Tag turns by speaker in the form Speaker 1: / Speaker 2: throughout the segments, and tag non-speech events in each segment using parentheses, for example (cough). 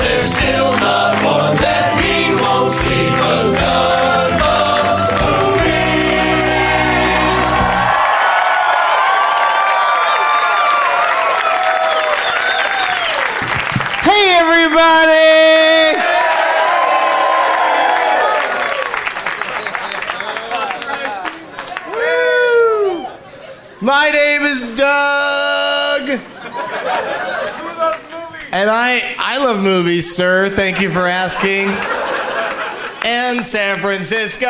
Speaker 1: There's still not one that he won't see 'cause God loves movies.
Speaker 2: Hey, everybody! Woo! My name is Doug, and I I love movies, sir. Thank you for asking. And San Francisco.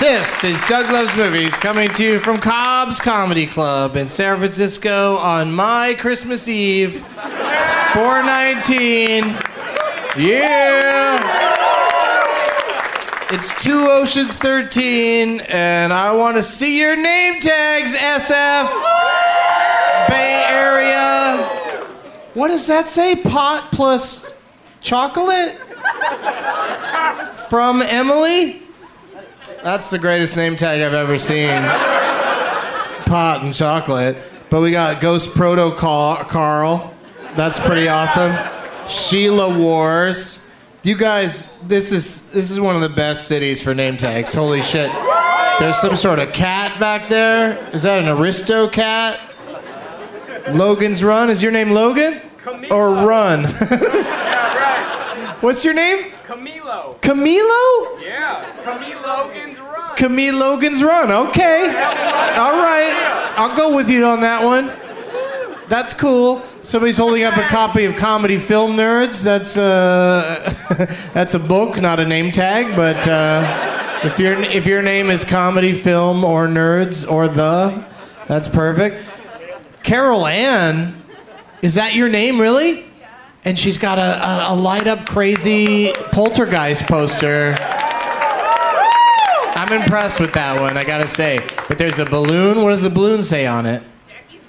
Speaker 2: This is Doug Loves Movies coming to you from Cobb's Comedy Club in San Francisco on my Christmas Eve, 419. Yeah! It's Two Oceans 13, and I want to see your name tags, SF, Bay Area. What does that say? Pot plus chocolate? From Emily? That's the greatest name tag I've ever seen. Pot and chocolate. But we got Ghost Proto Car- Carl. That's pretty awesome. Sheila Wars. You guys, this is this is one of the best cities for name tags. Holy shit. There's some sort of cat back there. Is that an Aristo cat? Logan's Run. Is your name Logan? Or Run? (laughs) What's your name?
Speaker 3: Camilo.
Speaker 2: Camilo?
Speaker 3: Yeah. Camille Logan's run.
Speaker 2: Camille Logan's Run. Okay. All right. I'll go with you on that one. That's cool. Somebody's holding up a copy of Comedy Film Nerds. That's a, (laughs) that's a book, not a name tag. But uh, if, your if your name is Comedy Film or Nerds or The, that's perfect. Carol Ann, is that your name, really? And she's got a, a, a light up crazy poltergeist poster. I'm impressed with that one, I gotta say. But there's a balloon. What does the balloon say on it? Jackie's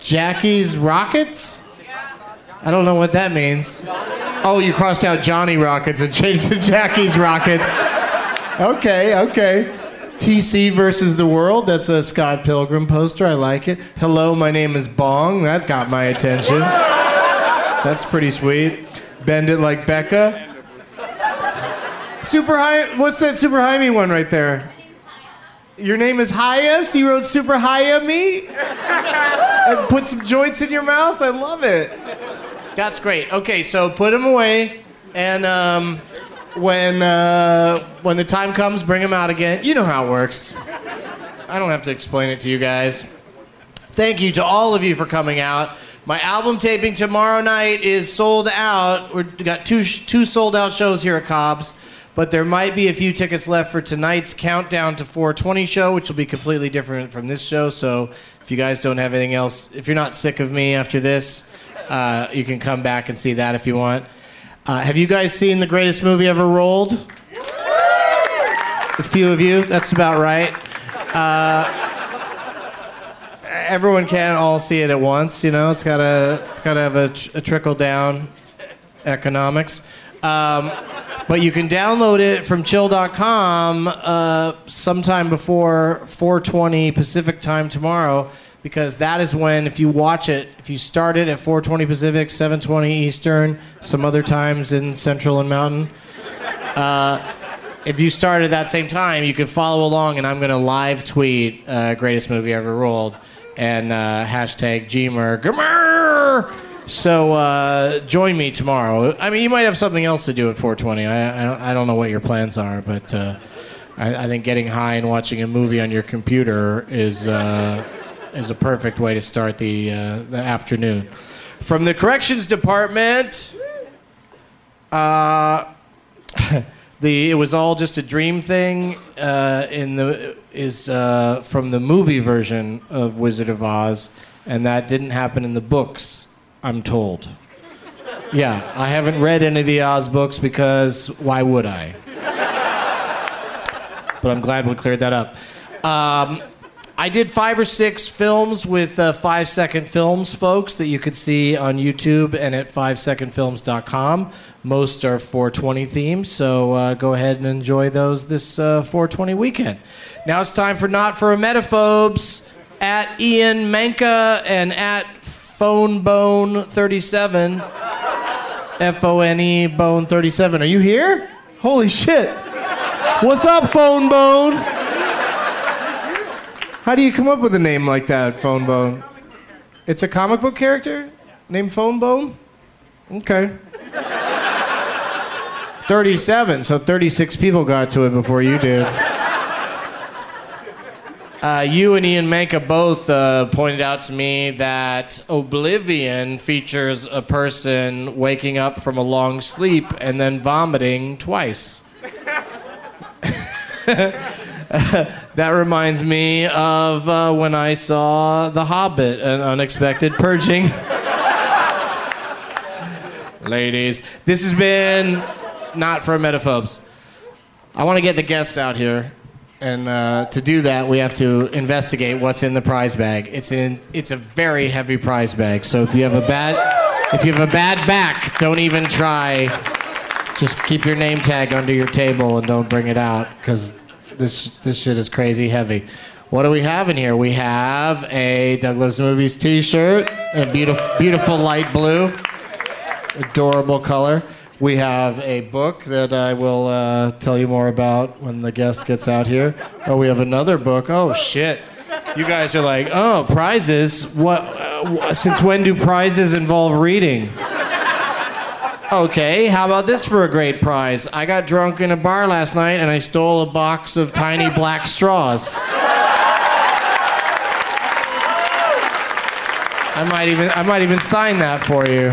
Speaker 2: Jackie's Rockets? I don't know what that means. Oh, you crossed out Johnny Rockets and changed to Jackie's Rockets. Okay, okay. TC versus the world. That's a Scott Pilgrim poster. I like it. Hello, my name is Bong. That got my attention. That's pretty sweet. Bend it like Becca. Super high. What's that super high me one right there? Your name is Hyas. You wrote super high me. (laughs) And put some joints in your mouth. I love it. That's great. Okay, so put them away, and um, when uh, when the time comes, bring them out again. You know how it works. I don't have to explain it to you guys. Thank you to all of you for coming out. My album taping tomorrow night is sold out. We've got two sh- two sold out shows here at Cobb's, but there might be a few tickets left for tonight's Countdown to 420 show, which will be completely different from this show. So if you guys don't have anything else, if you're not sick of me after this, uh, you can come back and see that if you want. Uh, have you guys seen the greatest movie ever rolled? A few of you. That's about right. everyone can't all see it at once. You know, it's gotta it's gotta have a, tr- a trickle down economics. Um, but you can download it from chill.com uh, sometime before 4:20 Pacific time tomorrow, because that is when, if you watch it, if you start it at 4:20 Pacific, 7:20 Eastern, some other times in Central and Mountain if you start at that same time, you can follow along, and I'm going to live tweet uh, greatest movie ever rolled and uh, hashtag Gmer. Gmer! So uh, join me tomorrow. I mean, you might have something else to do at 420. I, I, don't, I don't know what your plans are, but uh, I, I think getting high and watching a movie on your computer is. Uh, is a perfect way to start the, uh, the afternoon. From the corrections department, the it was all just a dream thing uh, in the is uh, from the movie version of Wizard of Oz, and that didn't happen in the books. I'm told. Yeah, I haven't read any of the Oz books because why would I? But I'm glad we cleared that up. Um, I did five or six films with uh, Five Second Films folks that you could see on YouTube and at fivesecondfilms.com. Most are 420 themed, so uh, go ahead and enjoy those this uh, 420 weekend. Now it's time for Not for Emetophobes at Ian Manka and at PhoneBone37. F O N E Bone 37. Are you here? Holy shit. What's up, Phone Bone? How do you come up with a name like that, Phone Bone? It's a comic book character named Phone Bone? Okay. 37, so 36 people got to it before you did. Uh, you and Ian Manka both uh, pointed out to me that Oblivion features a person waking up from a long sleep and then vomiting twice. That reminds me of uh, when I saw The Hobbit, an unexpected purging. (laughs) Ladies, this has been not for emetophobes. I want to get the guests out here, and uh, to do that, we have to investigate what's in the prize bag. It's in. It's a very heavy prize bag. So if you have a bad, if you have a bad back, don't even try. Just keep your name tag under your table and don't bring it out because this this shit is crazy heavy. What do we have in here? We have a Douglas Movies T-shirt, a beautiful beautiful light blue, adorable color. We have a book that I will uh, tell you more about when the guest gets out here. Oh, we have another book. Oh shit! You guys are like, oh, prizes. What? Uh, wh- since when do prizes involve reading? Okay, how about this for a great prize? I got drunk in a bar last night and I stole a box of tiny black straws. I might even I might even sign that for you.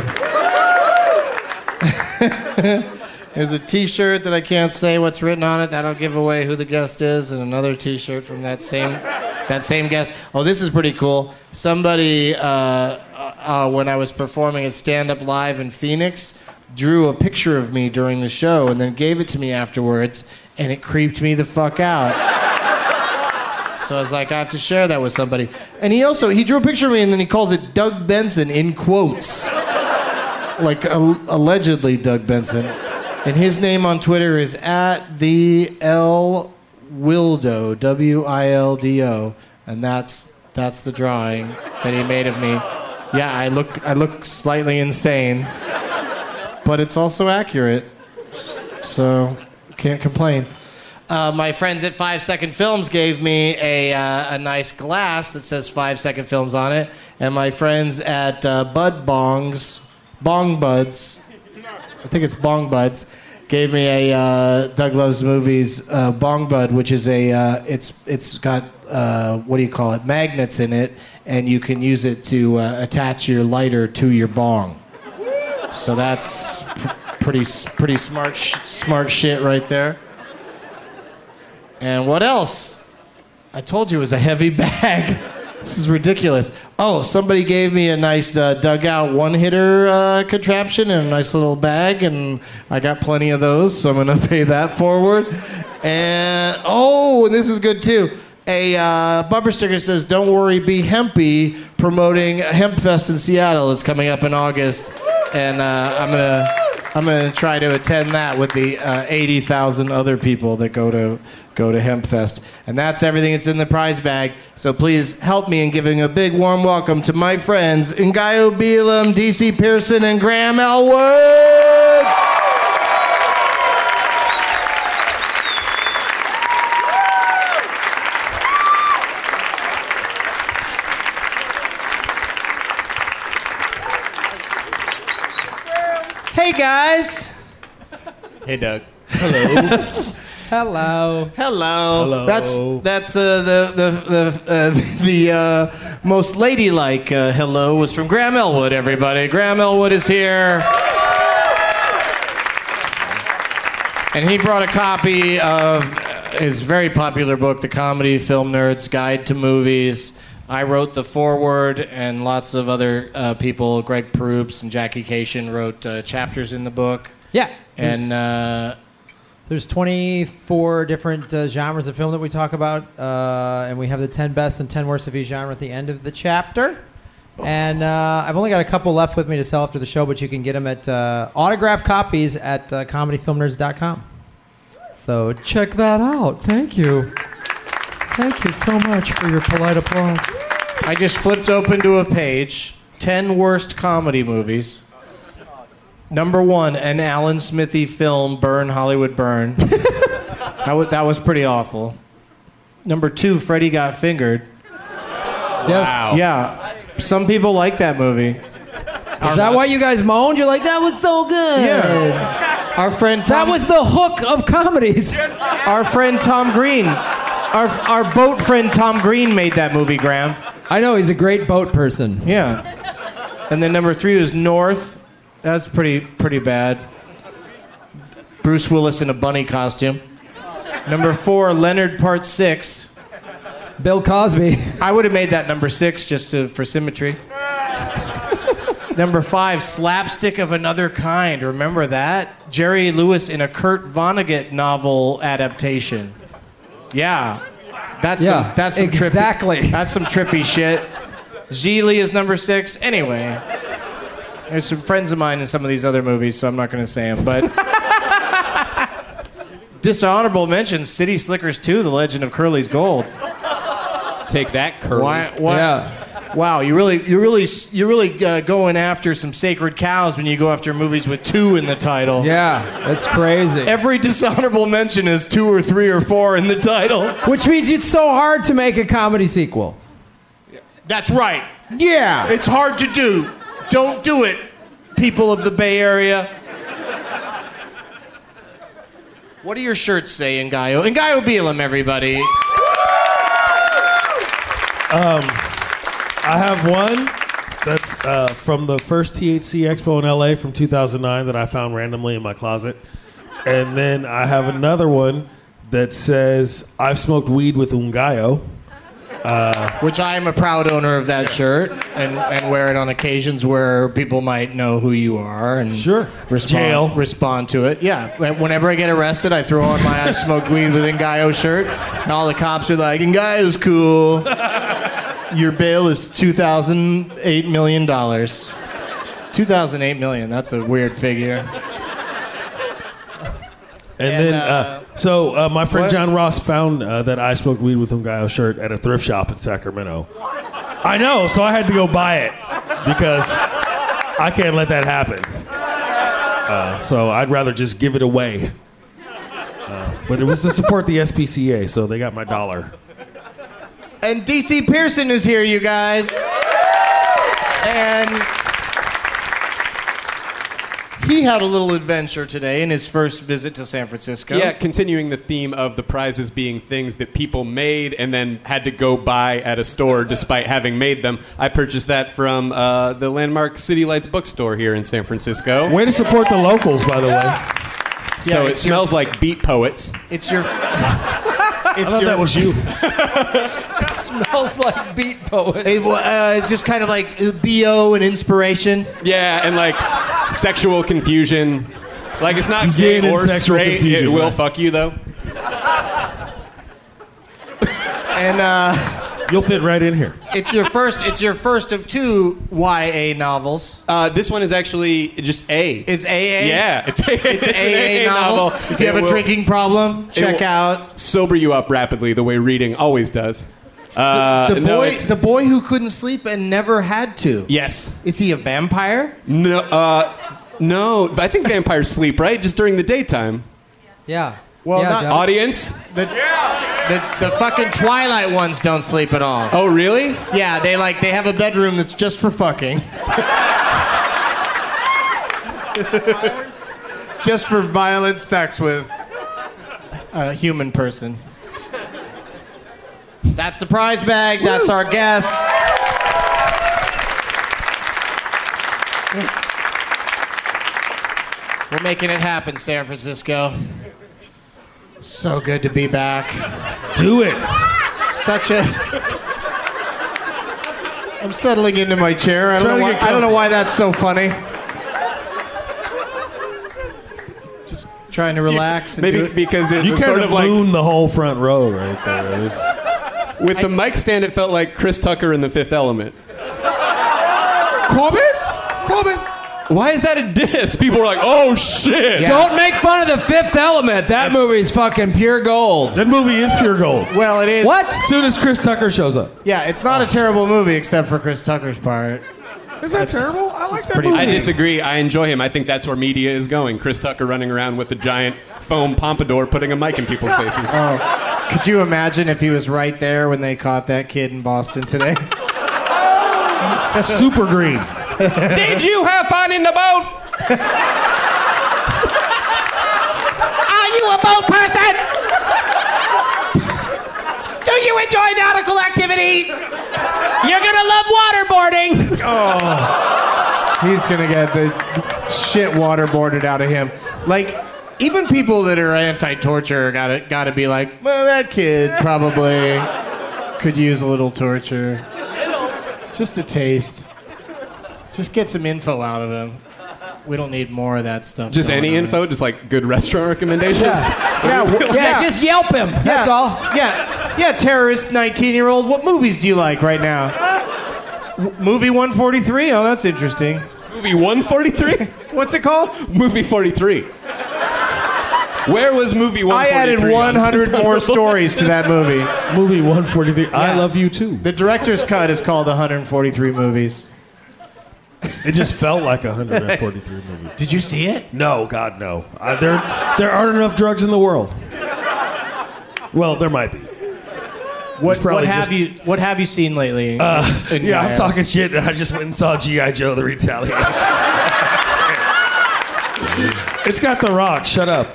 Speaker 2: (laughs) There's a T-shirt that I can't say what's written on it. That'll give away who the guest is, and another T-shirt from that same that same guest. Oh, this is pretty cool. Somebody, uh, uh, uh, when I was performing at Stand Up Live in Phoenix, drew a picture of me during the show and then gave it to me afterwards, and it creeped me the fuck out. So I was like, I have to share that with somebody. And he also he drew a picture of me, and then he calls it Doug Benson in quotes, like al- allegedly Doug Benson. And his name on Twitter is at the L Wildo W I L D O, and that's that's the drawing that he made of me. Yeah, I look I look slightly insane, but it's also accurate so can't complain. Uh, my friends at Five Second Films gave me a, uh, a nice glass that says Five Second Films on it, and my friends at uh, Bud Bongs, Bong Buds, I think it's Bong Buds, gave me a uh, Doug Loves Movies uh, Bong Bud, which is a uh, it's it's got uh, what do you call it magnets in it, and you can use it to uh, attach your lighter to your bong. So that's pr- pretty pretty smart sh- smart shit right there. And what else? I told you it was a heavy (laughs) bag. this is ridiculous. Oh, somebody gave me a nice uh, dugout one-hitter uh, contraption and a nice little bag, and I got plenty of those, so I'm gonna (laughs) pay that forward. And oh, and this is good too. A uh, bumper sticker says, "Don't worry, be hempy." Promoting Hempfest in Seattle. It's coming up in August, and uh, I'm gonna. I'm going to try to attend that with the uh, 80,000 other people that go to go to Hempfest. And that's everything that's in the prize bag. So please help me in giving a big warm welcome to my friends Ngayo Bielam, DC Pearson, and Graham Elwood. Hey guys.
Speaker 4: Hey, Doug.
Speaker 5: Hello.
Speaker 2: (laughs) Hello.
Speaker 4: Hello.
Speaker 2: That's that's uh, the the the uh, (laughs) the uh, most ladylike uh, hello was from Graham Elwood. Everybody, Graham Elwood is here, and he brought a copy of his very popular book, The Comedy Film Nerd's Guide to Movies. I wrote the foreword, and lots of other uh, people, Greg Proops and Jackie Cation, wrote uh, chapters in the book.
Speaker 5: Yeah. there's-
Speaker 2: And uh,
Speaker 5: There's 24 different uh, genres of film that we talk about, uh, and we have the 10 best and 10 worst of each genre at the end of the chapter. And uh, I've only got a couple left with me to sell after the show, but you can get them at uh, autographed copies at uh, comedyfilmnerds.com. So check that out. Thank you. Thank you so much for your polite applause.
Speaker 2: I just flipped open to a page 10 worst comedy movies. Number one, an Alan Smithy film, Burn, Hollywood Burn. that, was, that was pretty awful. Number two, Freddy Got Fingered.
Speaker 5: Yes.
Speaker 2: Yeah, some people like that movie.
Speaker 5: Is that why you guys moaned? You're like, that was so good.
Speaker 2: Yeah. Our friend Tom,
Speaker 5: That was the hook of comedies.
Speaker 2: our friend Tom Green. Our, our boat friend Tom Green made that movie, Graham.
Speaker 5: I know he's a great boat person.
Speaker 2: Yeah. And then number three is North. That's pretty pretty bad. Bruce Willis in a bunny costume. Number four, Leonard Part Six.
Speaker 5: Bill Cosby.
Speaker 2: I would have made that number six just to, for symmetry. number five, slapstick of another kind. Remember that? Jerry Lewis in a Kurt Vonnegut novel adaptation. Yeah, that's
Speaker 5: Yeah,
Speaker 2: some, that's some
Speaker 5: exactly.
Speaker 2: Trippy, (laughs) that's some trippy shit. Geely is number six. Anyway, there's some friends of mine in some of these other movies, so I'm not going to say them, but. (laughs) Dishonorable mentions City Slickers 2, The Legend of Curly's Gold.
Speaker 4: Take that, Curly.
Speaker 2: Why, why,
Speaker 5: Yeah.
Speaker 2: Wow, you really, you really, you're really uh, going after some sacred cows when you go after movies with two in the title.
Speaker 5: Yeah, that's crazy.
Speaker 2: Every dishonorable mention is two or three or four in the title.
Speaker 5: Which means it's so hard to make a comedy sequel.
Speaker 2: That's right.
Speaker 5: Yeah.
Speaker 2: It's hard to do. Don't do it, people of the Bay Area. What do your shirts say, Ngayo? Ngayo Bielam, everybody.
Speaker 4: I have one that's uh, from the first THC Expo in LA from 2009 that I found randomly in my closet. And then I have another one that says, I've smoked weed with Ungayo.
Speaker 2: Which I am a proud owner of that shirt and, and wear it on occasions where people might know who you are and
Speaker 4: Sure.
Speaker 2: respond,
Speaker 4: Jail.
Speaker 2: respond to it. Yeah. Whenever I get arrested, I throw on my I smoked weed with Ngayo shirt, and all the cops are like, Ngayo's cool. Your bail is $2,008 million. $2,008 million. That's a weird figure.
Speaker 4: And,
Speaker 2: And,
Speaker 4: then, uh, so uh, my friend
Speaker 2: what?
Speaker 4: John Ross found uh, that I smoked weed with a Gaio shirt at a thrift shop in Sacramento. I know, so I had to go buy it because I can't let that happen. Uh, so I'd rather just give it away. Uh, but it was to support the SPCA, so they got my dollar.
Speaker 2: And DC Pearson is here, you guys. And he had a little adventure today in his first visit to San Francisco.
Speaker 6: Yeah, continuing the theme of the prizes being things that people made and then had to go buy at a store despite having made them. I purchased that from uh, the landmark City Lights bookstore here in San Francisco.
Speaker 4: Way to support the locals, by the
Speaker 6: (laughs)
Speaker 4: way.
Speaker 6: so
Speaker 2: Yeah,
Speaker 6: it
Speaker 2: it's your-
Speaker 6: smells like beat poets.
Speaker 2: It's
Speaker 4: (laughs)
Speaker 2: your. It's
Speaker 4: I thought
Speaker 2: your,
Speaker 4: that was you.
Speaker 5: smells like beat poets.
Speaker 2: It, wa- uh, it's just kind of like uh, bo and inspiration.
Speaker 6: Yeah, and like s- sexual confusion. Like it's not gay
Speaker 4: Yin and
Speaker 6: or
Speaker 4: sexual
Speaker 6: straight.
Speaker 4: confusion,
Speaker 6: it will
Speaker 4: right.
Speaker 6: fuck you though.
Speaker 2: And uh,
Speaker 4: You'll fit right in here.
Speaker 2: it's your first. It's your first of two YA novels.
Speaker 6: Uh, this one is actually just A.
Speaker 2: Is AA?
Speaker 6: yeah, it's, (laughs)
Speaker 2: It's, an AA, novel. If you
Speaker 6: It
Speaker 2: have a
Speaker 6: will
Speaker 2: drinking problem, check
Speaker 6: will-
Speaker 2: out
Speaker 6: sober you up rapidly the way reading always does. Uh,
Speaker 2: the boy.
Speaker 6: no, it's-
Speaker 2: the boy who couldn't sleep and never had to.
Speaker 6: yes.
Speaker 2: Is he a vampire?
Speaker 6: No. Uh, no. I think vampires sleep right just during the daytime.
Speaker 5: yeah.
Speaker 2: Well,
Speaker 5: yeah,
Speaker 2: not-
Speaker 5: Doug.
Speaker 6: Audience.
Speaker 2: The, the, the fucking Twilight ones don't sleep at all.
Speaker 6: Oh really?
Speaker 2: Yeah, they like they have a bedroom that's just for fucking. just for violent sex with a human person. That's the prize bag. That's our guess. We're making it happen, San Francisco. So good to be back
Speaker 4: Do it.
Speaker 2: such a. I'm settling into my chair. I
Speaker 4: Try
Speaker 2: don't,
Speaker 4: to
Speaker 2: know why,
Speaker 4: get
Speaker 2: I don't know why that's so funny. Just trying to relax and do
Speaker 6: Maybe
Speaker 2: it.
Speaker 6: because it
Speaker 4: You
Speaker 6: was
Speaker 4: kind
Speaker 6: sort
Speaker 4: of
Speaker 6: of like
Speaker 4: moon the whole front row right there. It was-
Speaker 6: with the mic stand, it felt like Chris Tucker in The Fifth Element.
Speaker 5: Corbin? Corbin?
Speaker 6: Why is that a diss? People were like, "Oh shit!"
Speaker 5: Don't make fun of the fifth element. That movie's fucking pure gold.
Speaker 4: that movie is pure gold.
Speaker 2: Well, it is.
Speaker 5: What?
Speaker 4: As soon as Chris Tucker shows up.
Speaker 2: Yeah, it's not a terrible movie except for Chris Tucker's part.
Speaker 4: Is that terrible? I like that
Speaker 6: I disagree. I enjoy him. I think that's where media is going. Chris Tucker running around with a giant foam pompadour, putting a mic in people's faces.
Speaker 2: Oh, could you imagine if he was right there when they caught that kid in Boston today?
Speaker 4: Super green.
Speaker 6: Did you have fun in the boat?
Speaker 2: Are you a boat person? Do you enjoy nautical activities? You're gonna love
Speaker 4: (laughs)
Speaker 2: waterboarding. Oh, he's gonna get the shit waterboarded out of him. Like, even people that are anti-torture gotta gotta be like, well, that kid probably could use a little torture, just a taste. Just get some info out of him. We don't need more of that stuff.
Speaker 6: Just
Speaker 4: Oh,
Speaker 2: going
Speaker 6: any
Speaker 2: on.
Speaker 6: info, just like good restaurant recommendations.
Speaker 2: Yeah, w-
Speaker 5: Yeah, just yelp him. That's
Speaker 2: yeah.
Speaker 5: all.
Speaker 2: Yeah, yeah, terrorist 19 year old. What movies do you like right now? W- movie 143? Oh, that's interesting.
Speaker 6: Movie 143?
Speaker 2: What's it called?
Speaker 6: movie 43. Where was movie 143?
Speaker 2: I
Speaker 6: (laughs)
Speaker 2: added 100 (laughs) more stories to that (laughs) movie.
Speaker 4: Movie 143. I
Speaker 2: Yeah.
Speaker 4: love you too.
Speaker 2: The director's cut is called 143 movies.
Speaker 4: It just felt like 143 movies.
Speaker 2: Did you see it?
Speaker 4: (laughs) No, God, no. Uh, there, there aren't enough drugs in the world. Well, there might be.
Speaker 2: What, what
Speaker 4: probably
Speaker 2: have
Speaker 4: just- Uh,
Speaker 2: you What have you seen lately? In
Speaker 4: Yeah, I'm
Speaker 2: Gaia?
Speaker 4: talking shit, and I just went and saw G.I. Joe the Retaliation. (laughs) it's got The Rock. Shut up.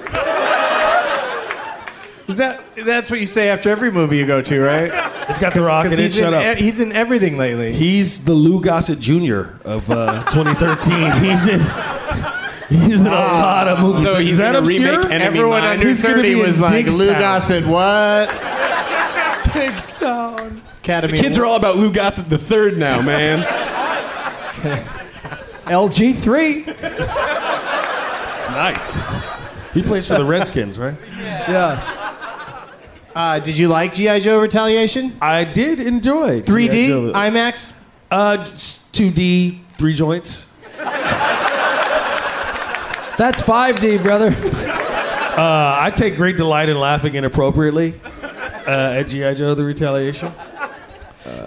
Speaker 2: Is that That's what you say after every movie you go to,
Speaker 4: (laughs)
Speaker 2: right?
Speaker 4: It's got The Rock in it.
Speaker 2: he's,
Speaker 4: Shut
Speaker 2: in,
Speaker 4: up.
Speaker 2: e- he's in everything lately.
Speaker 4: He's the Lou Gossett Jr. of uh, 2013. (laughs) He's in. He's in a lot of movies.
Speaker 6: Ah. So he's
Speaker 4: Is that
Speaker 6: gonna remake
Speaker 4: obscure?
Speaker 6: Enemy
Speaker 2: Everyone
Speaker 6: Mine.
Speaker 2: under
Speaker 4: He's gonna
Speaker 2: 30
Speaker 4: be in
Speaker 2: was like,
Speaker 4: Digstown.
Speaker 2: Lou Gossett, what?
Speaker 4: Digstown.
Speaker 6: The
Speaker 2: Academy.
Speaker 6: kids are all about Lou Gossett the third
Speaker 2: (laughs)
Speaker 6: now, man.
Speaker 5: LG three.
Speaker 4: Nice. He plays for the Redskins, right?
Speaker 5: Yes.
Speaker 2: Uh, did you like GI Joe Retaliation?
Speaker 4: I did enjoy
Speaker 2: 3D
Speaker 4: I
Speaker 2: IMAX.
Speaker 4: uh just 2D three joints.
Speaker 5: That's 5D, brother.
Speaker 4: Uh, I take great delight in laughing inappropriately uh, at GI Joe: The Retaliation.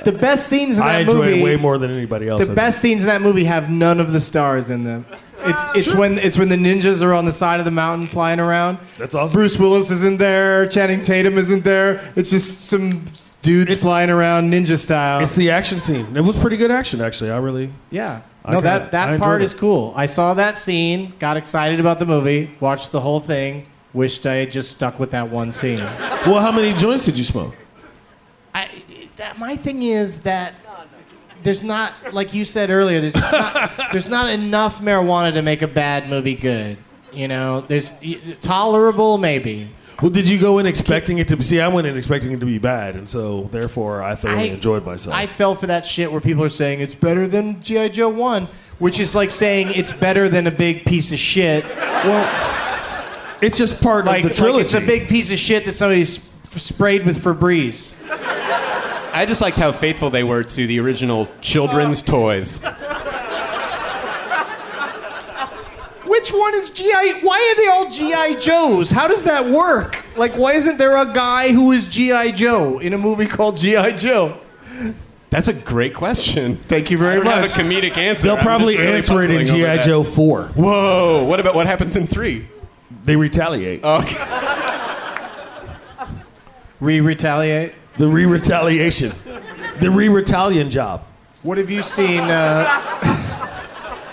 Speaker 2: The best scenes in that
Speaker 4: I enjoy
Speaker 2: movie.
Speaker 4: it way more than anybody else.
Speaker 2: The
Speaker 4: I think.
Speaker 2: best scenes in that movie have none of the stars in them. It's it's when it's when the ninjas are on the side of the mountain flying around.
Speaker 4: That's awesome.
Speaker 2: Bruce Willis isn't there. Channing Tatum isn't there. It's just some dudes
Speaker 4: It's-
Speaker 2: flying around ninja style.
Speaker 4: It's the action scene. It was pretty good action, actually. I really.
Speaker 2: yeah.
Speaker 4: I
Speaker 2: No,
Speaker 4: kinda-
Speaker 2: that
Speaker 4: I
Speaker 2: that
Speaker 4: enjoyed
Speaker 2: part
Speaker 4: it.
Speaker 2: is cool. I saw that scene, got excited about the movie, watched the whole thing. Wished I had just stuck with that one scene.
Speaker 4: Well, how many joints did you smoke?
Speaker 2: I, that, my thing is that there's not, like you said earlier, there's not, there's not enough marijuana to make a bad movie good. You know, there's y- tolerable maybe.
Speaker 4: Well, did you go in expecting it to be? See, I went in expecting it to be bad, and so therefore I thoroughly
Speaker 2: I-
Speaker 4: enjoyed myself.
Speaker 2: I fell for that shit where people are saying it's better than GI Joe One, which is like saying it's better than a big piece of shit. Well,
Speaker 4: it's just part
Speaker 2: like,
Speaker 4: of the
Speaker 2: like
Speaker 4: trilogy.
Speaker 2: it's a big piece of shit that somebody's f- sprayed with Febreze.
Speaker 6: I just liked how faithful they were to the original children's
Speaker 2: Oh.
Speaker 6: toys.
Speaker 2: Which one is GI? Why are they all GI Joes? How does that work? Like, why isn't there a guy who is GI Joe in a movie called GI Joe?
Speaker 6: That's a great question.
Speaker 2: Thank you very
Speaker 6: I don't have a
Speaker 2: much.
Speaker 6: comedic answer.
Speaker 4: They'll
Speaker 6: I'm just
Speaker 4: probably
Speaker 6: really
Speaker 4: answer it in
Speaker 6: puzzling over
Speaker 4: GI
Speaker 6: that.
Speaker 4: Joe Four.
Speaker 6: Whoa! What about what happens in three? Oh.
Speaker 4: They retaliate.
Speaker 6: Okay.
Speaker 2: Re retaliate.
Speaker 4: the re-retaliation. The re-retaliation job.
Speaker 2: What have you seen? Uh,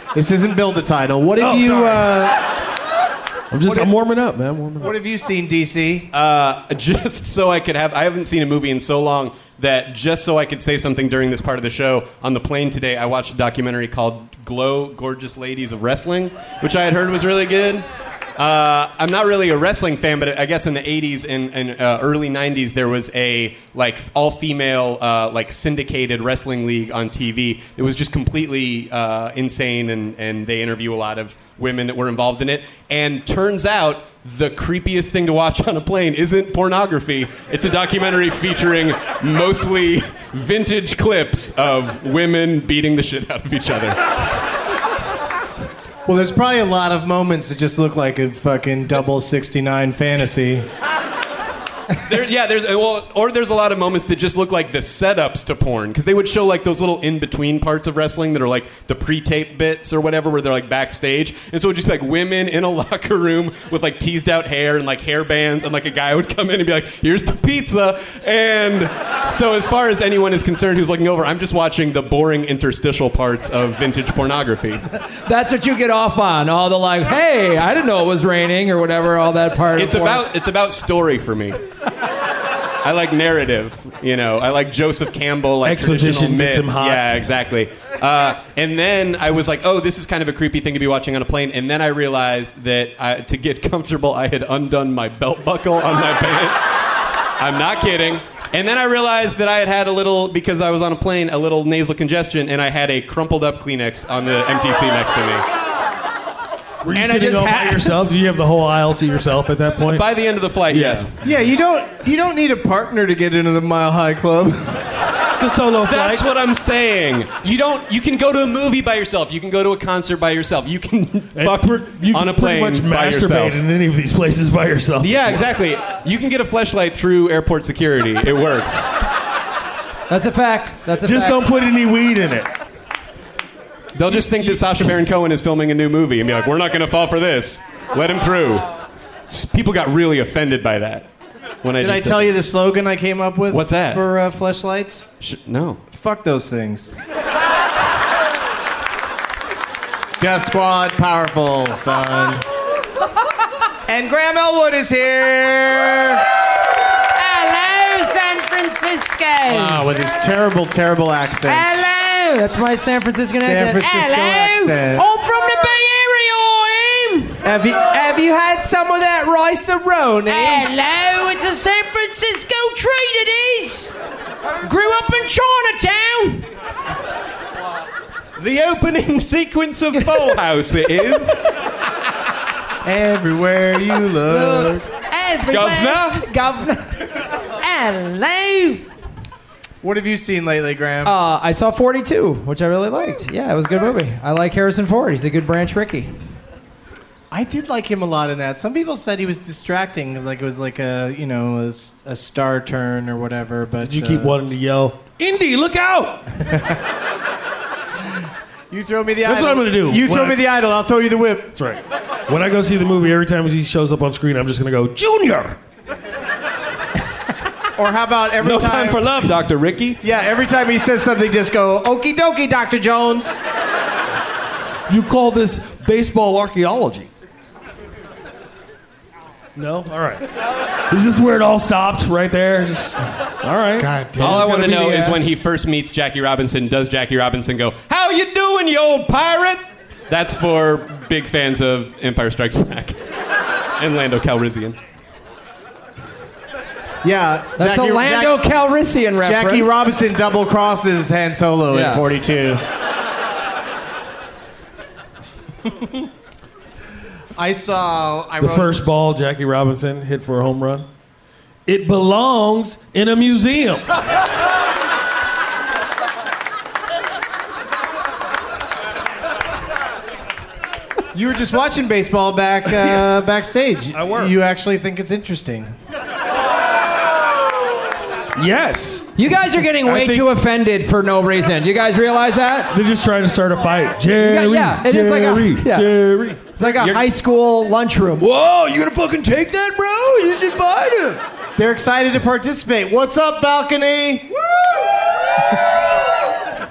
Speaker 2: (laughs) this isn't build a title. What have
Speaker 4: Oh,
Speaker 2: you?
Speaker 4: sorry.
Speaker 2: Uh,
Speaker 4: I'm just.
Speaker 2: What
Speaker 4: I'm
Speaker 2: if-
Speaker 4: warming up, man. Warming up.
Speaker 2: what have you seen, DC?
Speaker 6: Uh, just so I could have. I haven't seen a movie in so long that just so I could say something during this part of the show on the plane today. I watched a documentary called "Glow Gorgeous Ladies of Wrestling," which I had heard was really good. Uh, I'm not really a wrestling fan, but I guess in the '80s and, and uh, early '90s there was a like all-female uh, like syndicated wrestling league on TV. It was just completely uh, insane, and, and they interview a lot of women that were involved in it. And turns out the creepiest thing to watch on a plane isn't pornography. It's a documentary featuring mostly vintage clips of women beating the shit out of each other.
Speaker 2: Well, there's probably a lot of moments that just look like a fucking double '69 fantasy.
Speaker 6: There, yeah, there's uh, well, or there's a lot of moments that just look like the setups to porn because they would show like those little in between parts of wrestling that are like the pre-tape bits or whatever where they're like backstage, and so it would just be like women in a (laughs) locker room with like teased out hair and like hair bands, and like a guy would come in and be like, "Here's the pizza," and so as far as anyone is concerned who's looking over, I'm just watching the boring interstitial parts of vintage pornography.
Speaker 5: That's what you get off on. All the like, hey, I didn't know it was raining or whatever. All that part. of
Speaker 6: It's
Speaker 5: porn.
Speaker 6: about it's about story for me. I like narrative, you know. I like Joseph Campbell, like
Speaker 4: Exposition
Speaker 6: traditional
Speaker 4: gets
Speaker 6: myth.
Speaker 4: him hot.
Speaker 6: Yeah, exactly. Uh, and then I was like, oh, this is kind of a creepy thing to be watching on a plane. And then I realized that I, to get comfortable, I had undone my belt buckle on my pants. I'm not kidding. And then I realized that I had had a little because I was on a plane, a little nasal congestion, and I had a crumpled up Kleenex on the empty seat next to me.
Speaker 4: Were you
Speaker 5: And I
Speaker 4: sitting
Speaker 5: just
Speaker 4: all
Speaker 5: ha-
Speaker 4: by yourself? Did you have the whole aisle to yourself at that point?
Speaker 6: By the end of the flight,
Speaker 4: Yeah.
Speaker 6: yes.
Speaker 2: Yeah, you don't you don't need a partner to get into the Mile High (laughs) Club.
Speaker 4: it's a solo flight.
Speaker 6: That's what I'm saying. You don't. You can go to a movie by yourself. You can go to a concert by yourself. You can
Speaker 4: And
Speaker 6: (laughs) fuck
Speaker 4: pre- you
Speaker 6: on
Speaker 4: can
Speaker 6: a plane
Speaker 4: pretty much
Speaker 6: by
Speaker 4: masturbate
Speaker 6: yourself.
Speaker 4: in any of these places by yourself.
Speaker 6: Yeah, exactly. You can get a flashlight through airport security. It works.
Speaker 5: That's a fact. That's a
Speaker 4: Just
Speaker 5: fact.
Speaker 4: don't put any weed in it.
Speaker 6: They'll just think that Sasha Baron Cohen is filming a new movie and be like, "We're not going to fall for this. Let him through." S- People got really offended by that. When I
Speaker 2: Did I
Speaker 6: just
Speaker 2: tell
Speaker 6: said-
Speaker 2: you the slogan I came up with?
Speaker 6: What's that?
Speaker 2: for uh, fleshlights?
Speaker 6: Sh- no.
Speaker 2: Fuck those (laughs) things. Death Squad, powerful, son. And Graham Elwood is here.
Speaker 5: Hello, San Francisco.
Speaker 2: Ah, with his terrible, terrible accent.
Speaker 5: Hello. That's my San Franciscan
Speaker 2: San
Speaker 5: accent.
Speaker 2: Francisco
Speaker 5: Hello.
Speaker 2: accent.
Speaker 5: I'm from the Bay Area. I am.
Speaker 2: Have you have you had some of that rice aroni?
Speaker 5: Hello. It's a San Francisco treat. It is.
Speaker 7: Grew up in Chinatown.
Speaker 6: The
Speaker 4: (laughs)
Speaker 6: opening sequence of Full House, it (laughs) is.
Speaker 2: Everywhere (laughs) you look.
Speaker 7: Everywhere. Governor. Governor. Hello.
Speaker 2: What have you seen lately, Graham?
Speaker 5: Uh, I saw 42, which I really liked. Yeah, it was a good movie. I like Harrison Ford. He's a good Branch Rickey.
Speaker 2: I did like him a lot in that. Some people said he was distracting, 'cause, like it was like a you know a, s- a star turn or whatever. But
Speaker 4: Did you keep
Speaker 2: uh,
Speaker 4: wanting to yell? Indy, look out!
Speaker 2: You throw me the.
Speaker 4: That's
Speaker 2: idol.
Speaker 4: what I'm gonna do.
Speaker 2: You
Speaker 4: When
Speaker 2: throw
Speaker 4: I-
Speaker 2: me the idol. I'll throw you the whip.
Speaker 4: That's right. When I go see the movie, every time he shows up on screen, I'm just gonna go Junior.
Speaker 2: Or how about every
Speaker 6: No
Speaker 2: time?
Speaker 6: time for love, Dr. Ricky.
Speaker 2: yeah, every time he says something, just go okie dokie, Doctor Jones.
Speaker 4: You call this baseball archaeology? No. All right. Is this where it all stopped? Right there. Just all right.
Speaker 2: God damn.
Speaker 6: All I
Speaker 4: It's
Speaker 6: want
Speaker 4: gotta
Speaker 6: to
Speaker 4: be
Speaker 6: know
Speaker 4: the
Speaker 6: is
Speaker 4: ass.
Speaker 6: when he first meets Jackie Robinson, does Jackie Robinson go, How you doing, you old pirate? That's for big fans of Empire Strikes Back (laughs) and Lando Calrissian.
Speaker 2: Yeah,
Speaker 5: That's
Speaker 2: Jackie-
Speaker 5: a Lando
Speaker 2: Jack-
Speaker 5: Calrissian reference.
Speaker 2: Jackie Robinson double crosses Han Solo
Speaker 5: Yeah.
Speaker 2: in 42. I saw. I
Speaker 4: The
Speaker 2: wrote,
Speaker 4: first ball Jackie Robinson hit for a home run. It belongs in a museum.
Speaker 2: You were just watching baseball back
Speaker 4: (laughs)
Speaker 2: uh, backstage.
Speaker 4: I were.
Speaker 2: You actually think it's interesting?
Speaker 4: Yes.
Speaker 5: You guys are getting way
Speaker 4: I think-
Speaker 5: too offended for no reason. You guys realize that?
Speaker 4: They're just trying to start a fight. Jerry.
Speaker 5: yeah, it
Speaker 4: Jerry,
Speaker 5: is like a-
Speaker 4: (laughs)
Speaker 5: yeah.
Speaker 4: Jerry.
Speaker 5: It's like a high school lunchroom. Whoa, you gonna fucking take that, bro? You should fight him.
Speaker 2: They're excited to participate. What's up, balcony?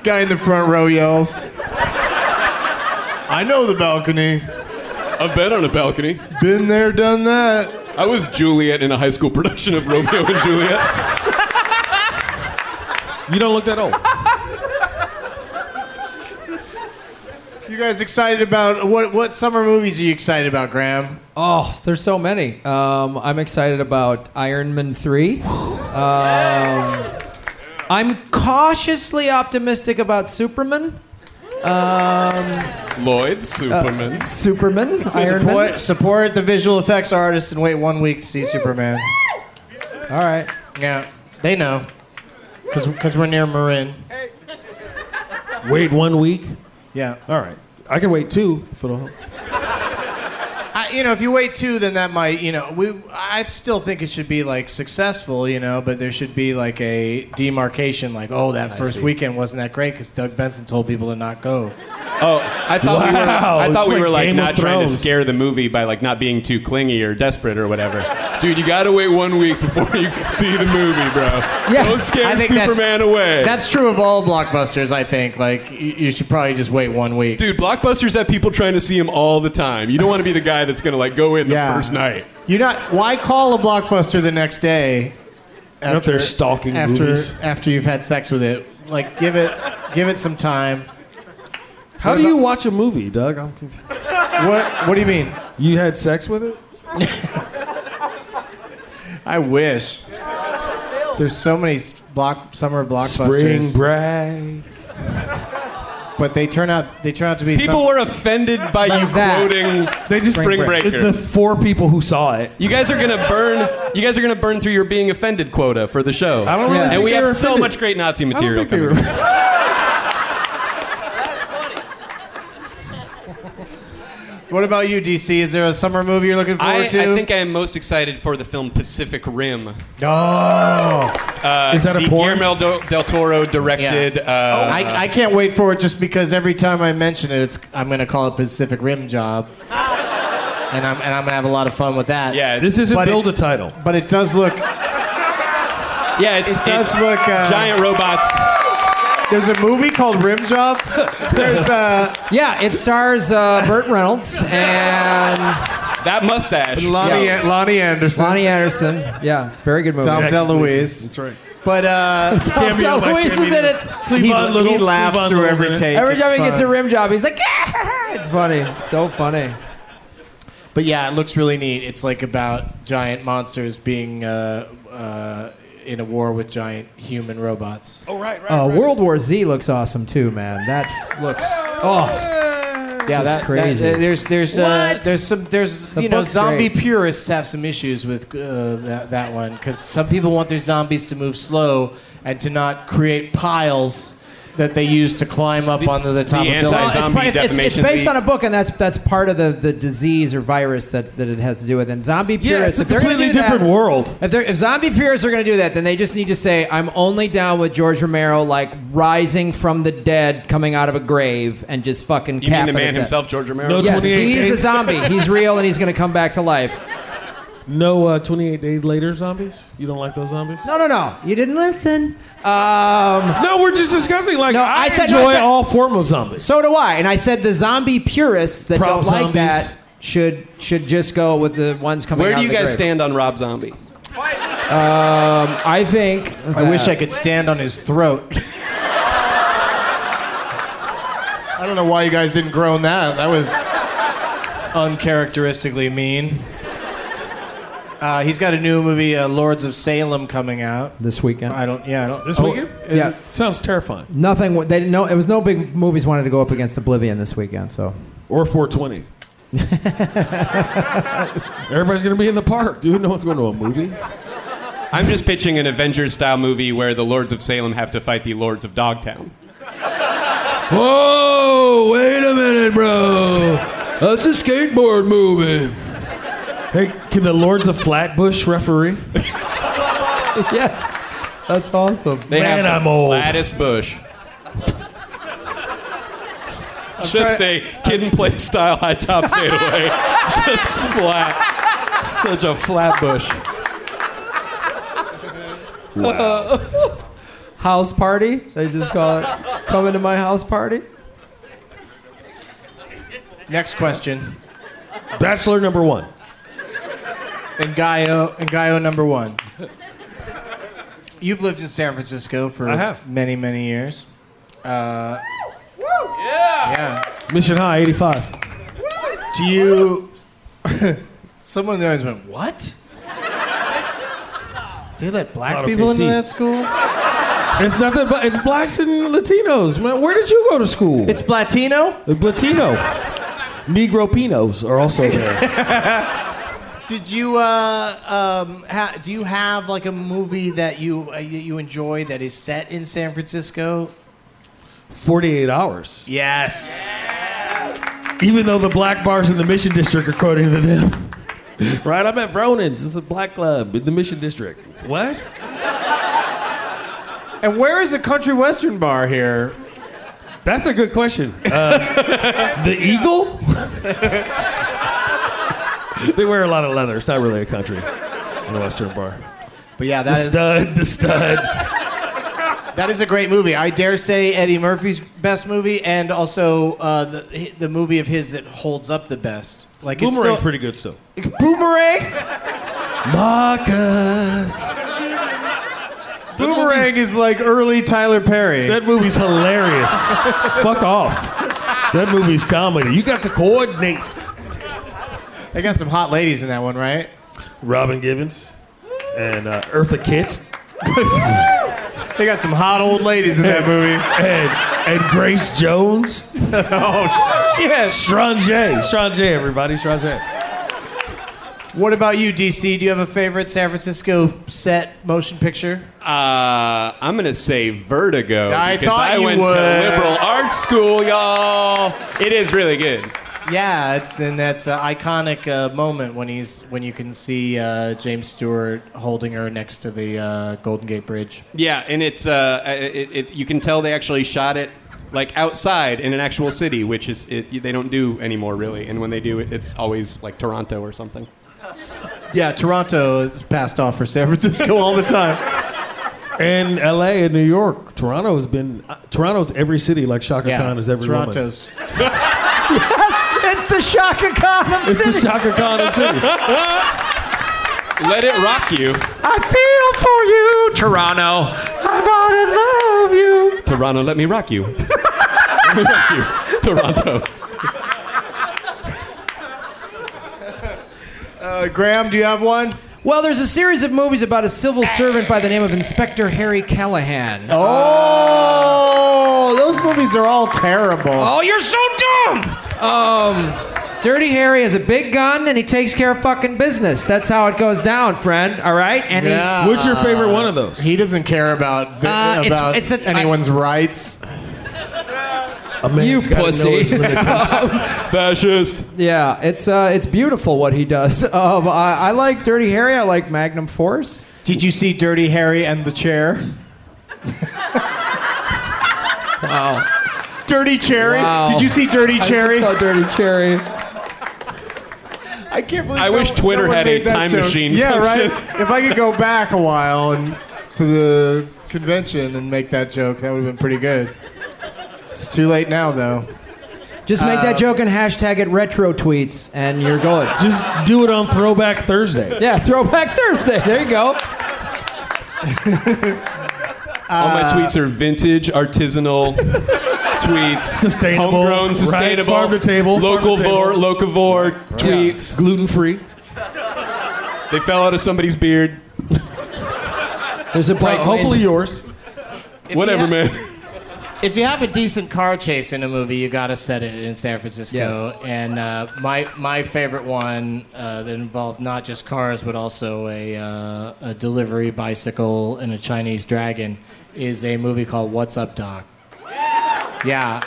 Speaker 2: Guy in the front row yells. I know the balcony.
Speaker 6: I've been on a balcony.
Speaker 2: Been there, done that.
Speaker 6: I was Juliet in a high school production of Romeo and Juliet.
Speaker 4: You don't look that old.
Speaker 2: You guys excited about what? What summer movies are you excited about, Graham?
Speaker 5: Oh, there's so many. Um, I'm excited about Iron Man 3. Um, I'm cautiously optimistic about Superman.
Speaker 6: Lloyd Superman.
Speaker 5: Superman, Iron Man.
Speaker 2: support, support the visual effects artists and wait one week to see Superman.
Speaker 5: All right.
Speaker 2: Yeah, they know, because we're near Marin.
Speaker 4: Wait one week.
Speaker 2: Yeah,
Speaker 4: All right. I can wait two for the.
Speaker 2: I, you know, if you wait two, then that might, you know, we. I still think it should be like successful, you know, but there should be like a demarcation, like, oh, that first weekend wasn't that great because Doug Benson told people to not go.
Speaker 6: Oh, I thought we were,
Speaker 4: Wow,
Speaker 6: I thought
Speaker 4: it's
Speaker 6: we
Speaker 4: like
Speaker 6: were like
Speaker 4: Game of
Speaker 6: not trying to
Speaker 4: Thrones.
Speaker 6: scare the movie by like not being too clingy or desperate or whatever. Dude, you gotta wait one week before you see the movie, bro.
Speaker 5: Yeah.
Speaker 6: Don't
Speaker 2: I
Speaker 6: scare
Speaker 2: think that's-
Speaker 6: Superman away.
Speaker 2: That's true of all blockbusters, I think. Like, you, you should probably just wait one week.
Speaker 6: Dude, blockbusters have people trying to see him all the time. You don't want to be the guy that's gonna like go in the
Speaker 2: Yeah.
Speaker 6: first night.
Speaker 2: You're not. Why call a blockbuster the next day? After,
Speaker 4: if they're stalking
Speaker 2: after
Speaker 4: movies.
Speaker 2: after you've had sex with it, like give it give it some time.
Speaker 4: How do you watch a movie, Doug? I'm confused.
Speaker 2: What What do you mean?
Speaker 4: You had sex with it?
Speaker 2: I wish. There's so many block summer blockbusters,
Speaker 4: Spring break.
Speaker 2: but they turn out they turn out to be
Speaker 6: People
Speaker 2: some-
Speaker 6: were offended by
Speaker 5: By
Speaker 6: you
Speaker 5: that.
Speaker 6: quoting
Speaker 4: They just
Speaker 6: Spring
Speaker 4: Break-
Speaker 6: Breaker.
Speaker 4: The four people who saw it.
Speaker 6: You guys are gonna burn you guys are gonna burn through your being offended quota for the show.
Speaker 4: I don't really
Speaker 5: Yeah.
Speaker 4: think
Speaker 6: and we
Speaker 4: they
Speaker 6: have
Speaker 4: were
Speaker 6: so
Speaker 4: offended.
Speaker 6: much great Nazi
Speaker 4: I don't
Speaker 6: material
Speaker 4: think they
Speaker 6: coming.
Speaker 4: were-
Speaker 2: What about you, DC? Is there a summer movie you're looking
Speaker 6: I,
Speaker 2: forward
Speaker 6: I
Speaker 2: to?
Speaker 6: think I am most excited for the film Pacific Rim. Uh,
Speaker 2: no.
Speaker 4: Is that
Speaker 6: the
Speaker 4: a porn?
Speaker 6: Guillermo del, del Toro directed. Uh,
Speaker 2: Oh, I, I can't wait for it just because every time I mention it, it's, I'm going to call it Pacific Rim Job. and I'm, and I'm going to have a lot of fun with that.
Speaker 6: yeah, it's-
Speaker 4: This isn't
Speaker 2: But it-
Speaker 4: build a title.
Speaker 2: But it does look,
Speaker 6: yeah, it's,
Speaker 2: it does
Speaker 6: it's
Speaker 2: look, uh,
Speaker 6: giant robots.
Speaker 2: there's a movie called Rim (laughs) Job. There's uh,
Speaker 5: Yeah, it stars uh, Burt Reynolds and
Speaker 6: That mustache.
Speaker 2: Lonnie,
Speaker 5: Yeah.
Speaker 2: Lonnie Anderson,
Speaker 5: Lonnie Anderson. Yeah, it's a very good movie.
Speaker 2: Tom
Speaker 4: Jackie
Speaker 2: DeLuise.
Speaker 4: That's right.
Speaker 2: But (laughs) uh,
Speaker 4: Cameo by
Speaker 5: DeLuise
Speaker 4: Sam
Speaker 5: is in
Speaker 4: Neill.
Speaker 5: it.
Speaker 4: Cleavon
Speaker 2: he,
Speaker 4: Little.
Speaker 2: he laughs
Speaker 4: Cleavon
Speaker 2: through
Speaker 4: Little's
Speaker 2: every
Speaker 4: in it.
Speaker 2: take.
Speaker 5: Every
Speaker 2: It's
Speaker 5: time he gets a
Speaker 2: fun.
Speaker 5: rim job, he's like, (laughs) it's funny. It's so funny.
Speaker 2: But yeah, it looks really neat. It's like about giant monsters being uh, uh, in a war with giant human robots.
Speaker 6: Oh right, right.
Speaker 5: Uh, World War Z looks awesome too, man. That looks oh
Speaker 2: Yeah, that,
Speaker 5: crazy.
Speaker 2: that- there's there's uh,
Speaker 5: What?
Speaker 2: there's some there's
Speaker 5: The
Speaker 2: you know
Speaker 5: book's
Speaker 2: zombie
Speaker 5: great.
Speaker 2: purists have some issues with uh, that that one because some people want their zombies to move slow and to not create piles that they use to climb up onto the top
Speaker 6: the
Speaker 2: of buildings.
Speaker 6: anti-zombie
Speaker 5: Well, it's, it's based on a book, and that's that's part of the, the disease or virus that, that it has to do with. And zombie
Speaker 4: Yeah,
Speaker 5: purists,
Speaker 4: it's a
Speaker 5: if they're gonna
Speaker 4: completely
Speaker 5: do that-
Speaker 4: different world.
Speaker 5: If, they're, if zombie purists are going to do that, then they just need to say, "I'm only down with George Romero, like rising from the dead, coming out of a grave, and just fucking."
Speaker 6: You mean
Speaker 5: cap
Speaker 6: the
Speaker 5: it at
Speaker 6: man
Speaker 5: that."
Speaker 6: himself, George Romero?
Speaker 4: No,
Speaker 5: yes,
Speaker 4: 28
Speaker 5: he's a
Speaker 4: days.
Speaker 5: zombie. He's real, and he's going to come back to life.
Speaker 4: No uh, 28 Days Later zombies? You don't like those zombies?
Speaker 5: No, no, no. You didn't listen. Um,
Speaker 4: No, we're just discussing. Like,
Speaker 5: No,
Speaker 4: I,
Speaker 5: I said- no,
Speaker 4: enjoy
Speaker 5: I said-
Speaker 4: all form of zombies.
Speaker 5: So do I. And I said the zombie purists that
Speaker 4: Prop
Speaker 5: don't like
Speaker 4: zombies.
Speaker 5: that should should just go with the ones coming.
Speaker 6: Where
Speaker 5: out of
Speaker 6: do you
Speaker 5: the
Speaker 6: guys
Speaker 5: grave.
Speaker 6: stand on Rob Zombie?
Speaker 5: Um, I think.
Speaker 2: I wish I could stand on his throat.
Speaker 5: (laughs)
Speaker 2: I don't know why you guys didn't groan that. That was uncharacteristically mean. Uh, he's got a new movie, uh, Lords of Salem, coming out.
Speaker 5: this weekend.
Speaker 2: I don't. Yeah, I don't.
Speaker 4: This
Speaker 2: oh,
Speaker 4: weekend?
Speaker 2: is
Speaker 5: Yeah.
Speaker 2: it-
Speaker 4: Sounds terrifying.
Speaker 5: Nothing. wa- They didn't know. It was no big movies wanted to go up against Oblivion this weekend. So
Speaker 4: Or 420. Everybody's going to be in the park, dude. No one's going to a movie.
Speaker 6: I'm just pitching an Avengers style movie where the Lords of Salem have to fight the Lords of (laughs) Dogtown.
Speaker 4: Whoa, wait a minute, bro. That's a skateboard movie. Hey, can the Lords of Flatbush referee?
Speaker 5: (laughs) yes, that's awesome.
Speaker 6: They
Speaker 4: Man,
Speaker 6: have the
Speaker 4: I'm old.
Speaker 6: Flattest bush. just a kid and play style high
Speaker 2: (laughs)
Speaker 6: top fadeaway. just flat. Such a flat bush.
Speaker 5: House party. They just call it. Coming to my house party.
Speaker 2: Next question.
Speaker 4: Bachelor number one.
Speaker 2: And Gaio, and Gaio number one. You've lived in San Francisco for
Speaker 4: I have.
Speaker 2: many, many years. Uh, Yeah.
Speaker 4: Mission High 85.
Speaker 2: Do you? (laughs) Someone there went. What? They let black
Speaker 4: Claro que
Speaker 2: people into
Speaker 4: sí.
Speaker 2: that school?
Speaker 4: It's nothing but it's blacks and Latinos, man. Where did you go to school?
Speaker 2: It's Latino.
Speaker 4: Latino. Negro Pinos are (laughs) also there.
Speaker 2: Did you? Uh, um, ha- do you have like a movie that you uh, that you enjoy that is set in San Francisco?
Speaker 4: 48 hours.
Speaker 2: Yes.
Speaker 4: Even though the black bars in the Mission District are quoting to them. right? I'm at Ronan's. It's a black club in the Mission District. What?
Speaker 2: And where is the country western bar here?
Speaker 4: That's a good question. Uh, the Eagle? they wear a lot of leather. It's not really a country in the Western bar.
Speaker 2: But yeah,
Speaker 4: The
Speaker 2: that is,
Speaker 4: stud,
Speaker 2: (laughs)
Speaker 4: the stud.
Speaker 2: that is a great movie. I dare say Eddie Murphy's best movie, and also uh, the the movie of his that holds up the best. Like it's
Speaker 4: Boomerang's
Speaker 2: still-
Speaker 4: pretty good still.
Speaker 2: Boomerang.
Speaker 4: Marcus.
Speaker 2: Boomerang is like early Tyler Perry.
Speaker 4: That movie's hilarious. Fuck off. That movie's comedy. You got to coordinate.
Speaker 2: They got some hot ladies in that one, right?
Speaker 4: Robin Gibbons and uh, Eartha Kitt
Speaker 2: They got some hot old ladies in (laughs) that movie.
Speaker 4: and, and Grace
Speaker 2: (laughs)
Speaker 4: Jones.
Speaker 2: oh shit!
Speaker 4: Strange. Strange, everybody. Strange.
Speaker 2: What about you, DC? Do you have a favorite San Francisco set motion picture?
Speaker 6: Uh, I'm gonna say Vertigo
Speaker 2: I
Speaker 6: because
Speaker 2: thought
Speaker 6: I
Speaker 2: you
Speaker 6: went
Speaker 2: would.
Speaker 6: to liberal arts school, y'all. It is really good.
Speaker 2: Yeah, it's then that's an iconic uh, moment when he's when you can see uh, James Stewart holding her next to the uh, Golden Gate Bridge.
Speaker 6: Yeah, and it's uh, it, it, you can tell they actually shot it like outside in an actual city, which is it, they don't do anymore really. And when they do, it, it's always like Toronto or something.
Speaker 2: Yeah, Toronto is passed off for San Francisco all the (laughs) time.
Speaker 4: And L.A. and New York, Toronto has been uh, Toronto's every city like Shaka Khan is every woman.
Speaker 2: Toronto's
Speaker 5: It's the Shaka Khan of
Speaker 4: It's the Shaka Khan of
Speaker 5: (laughs)
Speaker 4: cities.
Speaker 6: Let it rock you,
Speaker 4: I feel for you, Toronto. I wanna love you.
Speaker 6: Toronto. Let me rock you. (laughs) Let me rock you, Toronto.
Speaker 2: Uh, Graham, do you have one?
Speaker 5: Well, there's a series of movies about a civil servant by the name of Inspector Harry Callahan.
Speaker 2: Oh, those movies are all terrible.
Speaker 5: Oh, you're so dumb. Um, Dirty Harry has a big gun and he takes care of fucking business. That's how it goes down, friend. All right. And he's.
Speaker 4: What's your favorite one of those?
Speaker 2: Uh, He doesn't care about vi-
Speaker 5: Uh, it's-
Speaker 2: about
Speaker 5: it's a-
Speaker 2: anyone's rights.
Speaker 4: A man's gotta know
Speaker 5: pussy. (laughs)
Speaker 4: his limitations.
Speaker 6: Fascist.
Speaker 5: Yeah, it's uh, it's beautiful what he does. (laughs) Um, I, I like Dirty Harry. I like Magnum Force.
Speaker 2: Did you see Dirty Harry and the Chair?
Speaker 5: Wow.
Speaker 2: Dirty Cherry.
Speaker 5: Wow.
Speaker 2: Did you see Dirty Cherry?
Speaker 5: I saw Oh, Dirty Cherry.
Speaker 2: I can't believe.
Speaker 6: I wish Twitter
Speaker 2: one
Speaker 6: had a
Speaker 2: made that
Speaker 6: time
Speaker 2: joke.
Speaker 6: machine (laughs)
Speaker 2: Yeah,
Speaker 6: function.
Speaker 2: right. if I could go back a while and to the convention and make that joke, that would have been pretty good. It's too late now, though.
Speaker 5: Just make that joke and hashtag it retro tweets, and you're good.
Speaker 4: Just do it on Throwback Thursday.
Speaker 5: (laughs) Yeah, Throwback Thursday. There you go.
Speaker 6: All my tweets are vintage,
Speaker 2: (laughs)
Speaker 6: artisanal tweets,
Speaker 4: Sustainable,
Speaker 6: homegrown,
Speaker 4: right?
Speaker 6: sustainable,
Speaker 4: Farm to table, farm to
Speaker 6: local vor,
Speaker 4: table.
Speaker 6: locavore tweets.
Speaker 4: Gluten free. Uh,
Speaker 6: They fell out of somebody's beard.
Speaker 5: There's a bike.
Speaker 4: hopefully yours.
Speaker 6: Whatever,
Speaker 8: yeah.
Speaker 6: man.
Speaker 8: If you have a decent car chase in a movie, you got to set it in San Francisco.
Speaker 5: Yes.
Speaker 8: And uh, my my favorite one uh, that involved not just cars but also a uh, a delivery bicycle and a Chinese dragon is a movie called What's Up Doc. Yeah.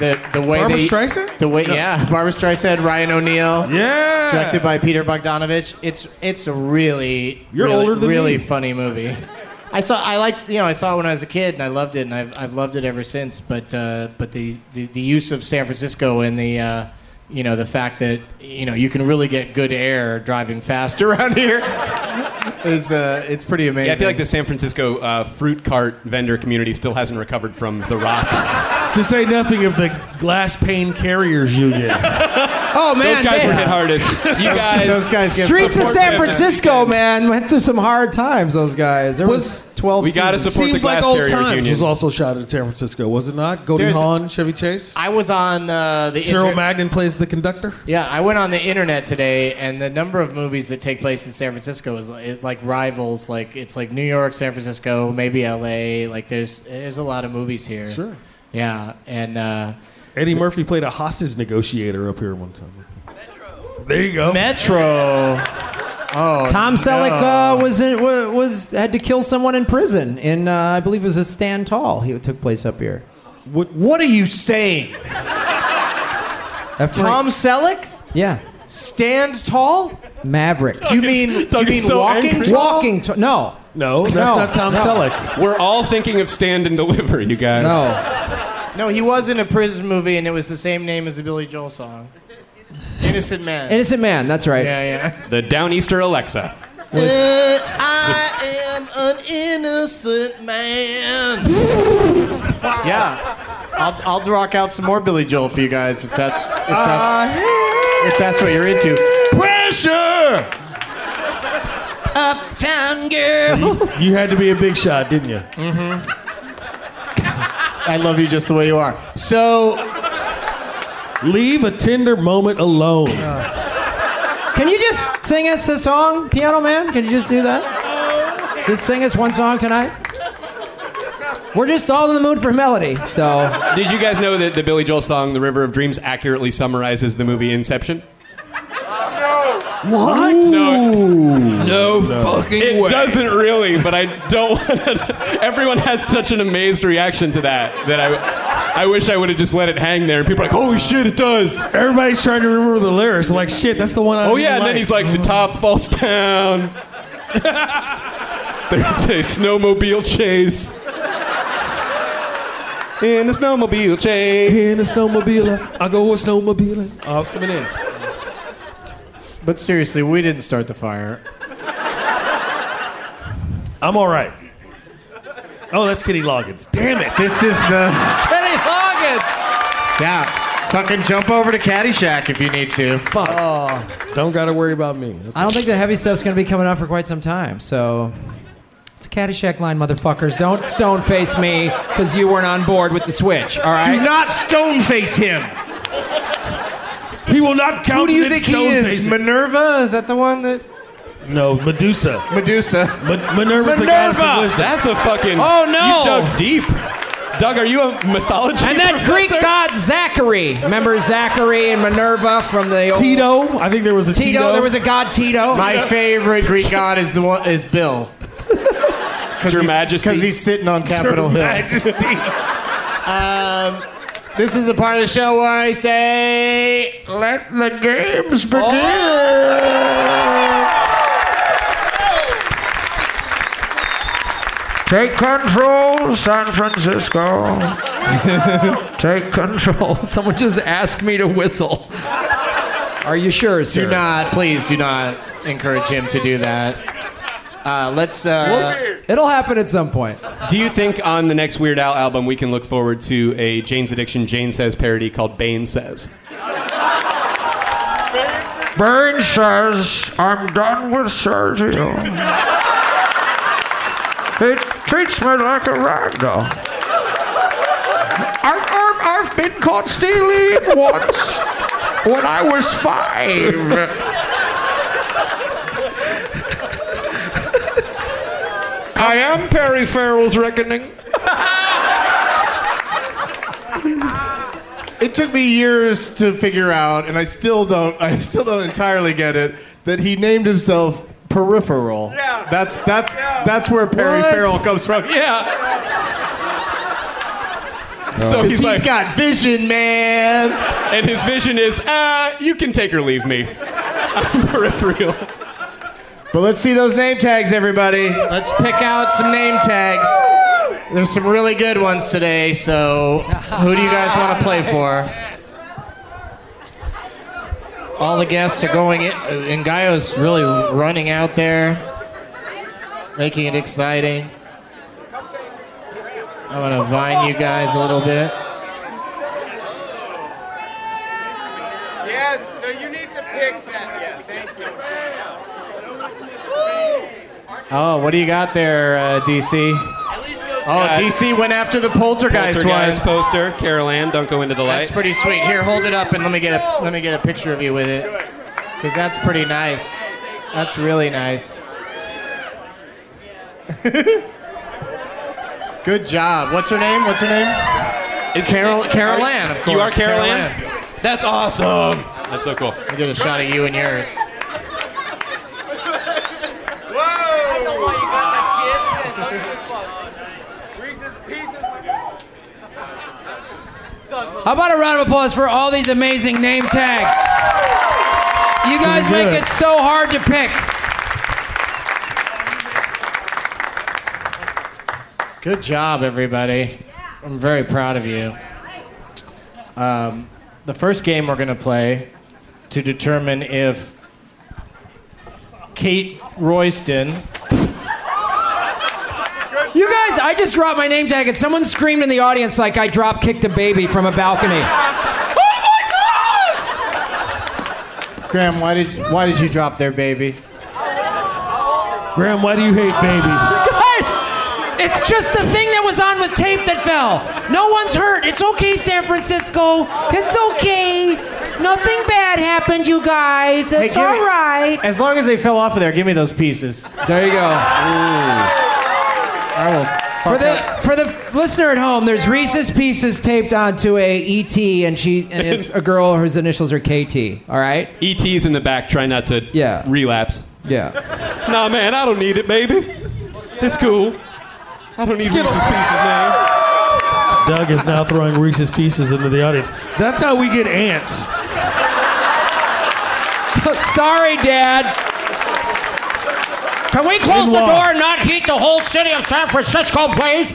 Speaker 8: The the way
Speaker 4: Barbra
Speaker 8: they
Speaker 4: Streisand?
Speaker 8: the way yeah Barbara Streisand Ryan O'Neill
Speaker 4: Yeah.
Speaker 8: directed by Peter Bogdanovich. It's it's a really
Speaker 4: You're
Speaker 8: really,
Speaker 4: older than
Speaker 8: really
Speaker 4: me.
Speaker 8: funny movie. I saw I liked you know I saw it when I was a kid and I loved it and I've, I've loved it ever since. But uh, but the, the the use of San Francisco and the uh, you know the fact that you know you can really get good air driving fast (laughs) around here
Speaker 2: It's uh, it's pretty amazing.
Speaker 6: Yeah, I feel like the San Francisco uh, fruit cart vendor community still hasn't recovered from the rock.
Speaker 4: To say nothing of the glass pane carriers union.
Speaker 5: (laughs) Oh man,
Speaker 6: Those guys
Speaker 5: they-
Speaker 6: were hit hardest. You guys,
Speaker 2: Those guys get
Speaker 5: Streets of
Speaker 6: support
Speaker 5: San
Speaker 6: them.
Speaker 5: Francisco, man, went through some hard times. Those guys. There was, twelve.
Speaker 6: We gotta
Speaker 5: seasons.
Speaker 6: support the
Speaker 4: Seems like
Speaker 6: glass
Speaker 4: old
Speaker 6: carriers
Speaker 4: times
Speaker 6: union.
Speaker 4: was also shot in San Francisco, was it not? Goldie
Speaker 8: There's-
Speaker 4: Hawn, Chevy Chase.
Speaker 8: I was on uh, the
Speaker 4: Cyril
Speaker 8: inter-
Speaker 4: Magnan plays the conductor.
Speaker 8: Yeah, I went on the internet today, and the number of movies that take place in San Francisco is it, like rivals. Like it's like New York, San Francisco, maybe L.A. Like there's there's a lot of movies here.
Speaker 4: Sure.
Speaker 8: Yeah, and uh,
Speaker 4: Eddie Murphy played a hostage negotiator up here one time. There you
Speaker 2: Oh.
Speaker 4: go.
Speaker 8: Metro. Oh,
Speaker 5: Tom Selleck
Speaker 8: no.
Speaker 5: uh, was in, wa- was had to kill someone in prison in uh, I believe it was a Stand Tall. He took place up here.
Speaker 4: What,
Speaker 2: What are you saying,
Speaker 5: After
Speaker 2: Tom Selleck?
Speaker 5: yeah,
Speaker 2: Stand tall?
Speaker 5: Maverick.
Speaker 2: Do you mean do you
Speaker 6: Doug
Speaker 2: mean
Speaker 6: is so
Speaker 2: walking
Speaker 6: angry.
Speaker 2: tall?
Speaker 5: Walking. To, no.
Speaker 4: no, that's
Speaker 5: No,
Speaker 4: not Tom
Speaker 5: no.
Speaker 4: Selleck.
Speaker 6: We're all thinking of stand and deliver, you guys.
Speaker 5: No.
Speaker 8: No, he was in a prison movie, and it was the same name as the Billy Joel song, "Innocent Man."
Speaker 5: Innocent man. That's right.
Speaker 8: Yeah, yeah.
Speaker 6: The Downeaster Alexa.
Speaker 8: Uh, I am an innocent man.
Speaker 2: (laughs) Yeah. I'll, I'll rock out some more Billy Joel for you guys if that's if that's
Speaker 4: Uh,
Speaker 2: if that's what you're into. Pressure.
Speaker 8: Uptown girl.
Speaker 4: you had to be a big shot, didn't you?
Speaker 2: I love you just the way you are. So
Speaker 4: Leave a tender moment alone.
Speaker 5: Can you just sing us a song, Piano Man? Can you just do that? Just sing us one song tonight. We're just all in the mood for melody, so
Speaker 6: Did you guys know that the Billy Joel song "The River of Dreams" accurately summarizes the movie Inception?
Speaker 4: what?
Speaker 6: No, fucking it way. It doesn't really, but I don't want to. Everyone had such an amazed reaction to that that I, I wish I would have just let it hang there. And people are like, holy shit, it does.
Speaker 4: Everybody's trying to remember the lyrics. Like, shit, that's the one I
Speaker 6: Oh,
Speaker 4: really
Speaker 6: yeah. And then
Speaker 4: like.
Speaker 6: he's like, the top falls down. (laughs) There's a snowmobile chase. In a snowmobile chase.
Speaker 4: in a snowmobile, I go a snowmobile. Oh, I was coming in.
Speaker 2: But seriously, we didn't start the fire.
Speaker 4: I'm all right. Oh, that's Kenny Loggins. Damn it.
Speaker 2: This is the
Speaker 5: Kenny Loggins.
Speaker 2: Yeah. Fucking jump over to Caddyshack if you need to.
Speaker 4: Fuck. Don't got to worry about me. That's
Speaker 5: I don't think the heavy stuff's gonna be coming out for quite some time, so it's a Caddyshack line, motherfuckers. Don't stone face me because you weren't on board with the switch. All
Speaker 2: Do
Speaker 5: right.
Speaker 2: not stone face him.
Speaker 4: He will not count
Speaker 2: Who do you think he is? Minerva? Is that the one that?
Speaker 4: No, Medusa.
Speaker 2: Medusa.
Speaker 4: Minerva's the goddess of
Speaker 6: Minerva!
Speaker 4: wisdom.
Speaker 6: That's a fucking.
Speaker 4: Oh, no.
Speaker 6: You dug deep. Doug, are you a mythology?
Speaker 5: And that Greek god Zachary. Remember Zachary and Minerva from the old
Speaker 4: Tito? I think there was a
Speaker 5: Tito. There was a god Tito.
Speaker 2: My favorite Greek god is the one is
Speaker 6: (laughs)
Speaker 2: Bill.
Speaker 6: Your Majesty.
Speaker 2: Because he's sitting on Capitol Hill. Um, this is the part of the show where I say, "Let the games begin."
Speaker 9: Take control, San Francisco. Take control. (laughs) Someone just asked me to whistle.
Speaker 2: Are you sure, sir? Do not, please, do not encourage him to do that. Uh, let's. Uh,
Speaker 10: It'll happen at some point.
Speaker 6: Do you think on the next Weird Al album we can look forward to a Jane's Addiction Jane Says parody called Bane Says?
Speaker 9: Burn says, I'm done with Sergio. He treats me like a rag doll. I've, I've, I've been caught stealing once when I was five.
Speaker 11: I am Perry Farrell's reckoning.
Speaker 2: it took me years to figure out, and I still don't. (laughs) I still don't entirely get it that he named himself Peripheral. Yeah. That's that's that's where Perry
Speaker 6: What?
Speaker 2: Farrell comes from.
Speaker 6: Oh, Yeah. So
Speaker 2: 'Cause
Speaker 6: he's like-
Speaker 2: got vision, man.
Speaker 6: And his vision is, ah, you can take or leave me. (laughs) I'm peripheral.
Speaker 2: But let's see those name tags, everybody. Let's pick out some name tags. There's some really good ones today, so who do you guys want to play for? All the guests are going in, and Gaio's really running out there, making it exciting. I want to vine you guys a little bit.
Speaker 1: Yes, no, you need to pick that. Yeah, thank you.
Speaker 2: Oh, what do you got there, uh, DC? Oh,
Speaker 6: Scott.
Speaker 2: DC went after the poltergeist,
Speaker 6: Poltergeist
Speaker 2: one.
Speaker 6: poster, Carol Ann, don't go into the light.
Speaker 2: That's pretty sweet. Here, hold it up and let me get a let me get a picture of you with it, because that's pretty nice. That's really nice. (laughs) Good job. What's her name? What's her name?
Speaker 6: It's
Speaker 2: Carol Carol Ann, of course.
Speaker 6: You are Carol, Ann? That's awesome. That's so cool.
Speaker 2: I'll get a shot of you and yours.
Speaker 5: How about a round of applause for all these amazing name tags? You guys
Speaker 4: Pretty
Speaker 5: make
Speaker 4: good.
Speaker 5: it so hard to pick.
Speaker 2: Good job, everybody. I'm very proud of you. Um, the first game we're going to play to determine if Kate Royston.
Speaker 5: You guys, I just dropped my name tag and someone screamed in the audience like I drop kicked a baby from a balcony. (laughs)
Speaker 2: Graham, why did why did you drop there, baby?
Speaker 4: Graham, why do you hate babies?
Speaker 5: Guys, it's just the thing that was on with tape that fell. No one's hurt. It's okay, San Francisco. It's okay. Nothing bad happened, you guys.
Speaker 2: Hey,
Speaker 5: It's
Speaker 2: give
Speaker 5: all
Speaker 2: me-
Speaker 5: right.
Speaker 2: As long as they fell off of there, give me those pieces.
Speaker 10: There you go.
Speaker 2: I
Speaker 5: For the for the listener at home, there's Reese's Pieces taped onto a ET, and she and it's a girl whose initials are KT. All right.
Speaker 6: ET's E in the back, try not to yeah. relapse.
Speaker 10: Yeah.
Speaker 6: Nah, man, I don't need it, baby. It's cool. I don't need Reese's Pieces, man.
Speaker 4: Doug is now throwing Reese's Pieces into the audience. That's how we get ants.
Speaker 5: Sorry, Dad. Can we
Speaker 4: close the door and
Speaker 5: not heat the whole city of San Francisco, please?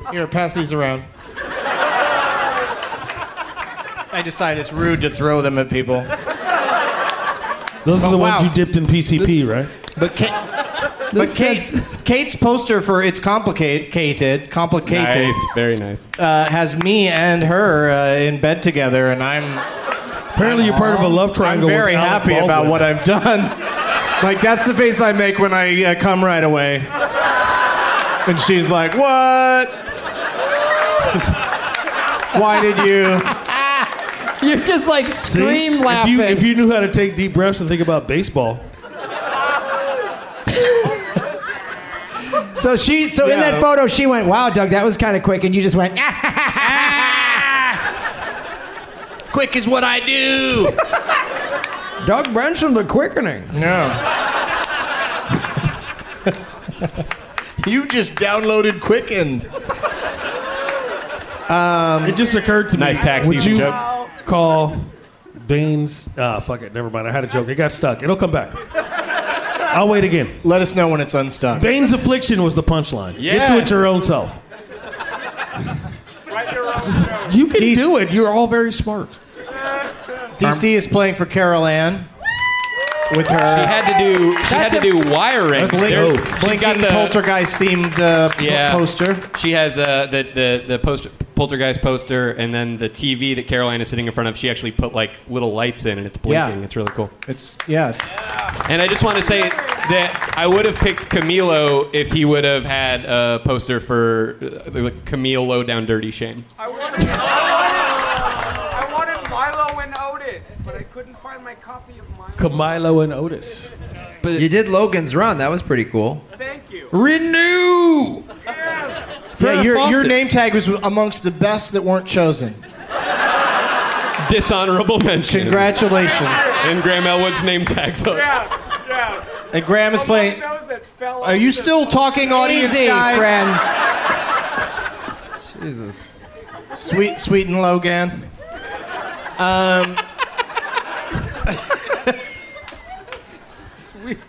Speaker 2: will. Here, pass these around. I decide it's rude to throw them at people.
Speaker 4: Those are
Speaker 2: Oh,
Speaker 4: the
Speaker 2: wow.
Speaker 4: ones you dipped in PCP,
Speaker 2: This-
Speaker 4: right?
Speaker 2: But Kate, but Kate's, Kate's poster for "It's Complicated," complicated,
Speaker 6: Nice, very nice.
Speaker 2: uh, has me and her uh, in bed together, and I'm
Speaker 4: Apparently, you're part of a love triangle.
Speaker 2: I'm very
Speaker 4: with Alec
Speaker 2: happy about
Speaker 4: Baldwin.
Speaker 2: what I've done. Like that's the face I make when I uh, come right away, and she's like, (laughs) "What? Why did you?"
Speaker 7: You just like scream
Speaker 4: See?
Speaker 7: laughing.
Speaker 4: If you, if you knew how to take deep breaths and think about baseball,
Speaker 5: So she, so in
Speaker 4: Yeah.
Speaker 5: that photo, she went, "Wow, Doug, that was kind of quick," and you just (laughs) went, "Ah."
Speaker 2: Quick is what I do.
Speaker 5: Doug Benson, the quickening.
Speaker 2: No. (laughs) you just downloaded Quicken.
Speaker 4: Um, it just occurred to
Speaker 6: Nice
Speaker 4: me.
Speaker 6: tax
Speaker 4: Would
Speaker 6: season
Speaker 4: you
Speaker 6: joke.
Speaker 4: call Baines? Ah, fuck it. Never mind. I had a joke. It got stuck. It'll come back. I'll wait again.
Speaker 2: Let us know when it's unstuck.
Speaker 4: Bane's affliction was the punchline. Get to it
Speaker 2: Yes.
Speaker 4: your own self. You can do it. You're all very smart.
Speaker 2: DC is playing for Carol Ann with her.
Speaker 6: She had to do. She had to do wiring. There's-
Speaker 2: Blink,
Speaker 6: she's got
Speaker 2: blinking
Speaker 6: the
Speaker 2: poltergeist themed uh, p-
Speaker 6: yeah,
Speaker 2: poster.
Speaker 6: She has uh, the the the poster, poltergeist poster, and then the TV that Caroline is sitting in front of. She actually put like little lights in, and it's
Speaker 2: Yeah.
Speaker 6: blinking. It's really cool.
Speaker 2: It's yeah. It's,
Speaker 6: And I just want to say that I would have picked Camilo if he would have had a poster for uh, like, Camille Low Down Dirty Shame.
Speaker 3: I wanted Milo and Otis, but I couldn't find my copy of Milo.
Speaker 4: Camilo and Otis.
Speaker 12: But you did Logan's run. That was pretty cool.
Speaker 3: Thank you.
Speaker 12: Renew.
Speaker 2: yeah.
Speaker 12: Farrah
Speaker 2: Your, your
Speaker 12: Fawcett.
Speaker 2: name tag was amongst the best that weren't chosen.
Speaker 6: Dishonorable mention.
Speaker 2: Congratulations.
Speaker 6: In Graham Elwood's name tag vote.
Speaker 2: And Graham is playing. Are you still talking, audience
Speaker 7: Easy,
Speaker 2: guy?
Speaker 7: friend.
Speaker 2: Jesus. Sweet, sweet and Logan. Um.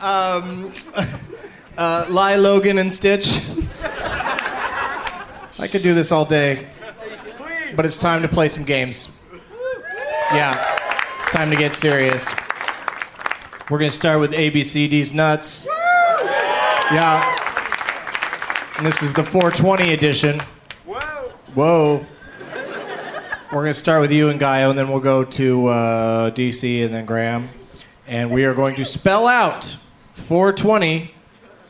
Speaker 2: um. Uh, Lie Logan and Stitch. I could do this all day, but it's time to play some games. Yeah, it's time to get serious. We're gonna start with ABCD's nuts. Yeah, and this is the 420 edition. Whoa. We're going to start with you and Gaio, and then we'll go to uh, DC and then Graham. And we are going to spell out 420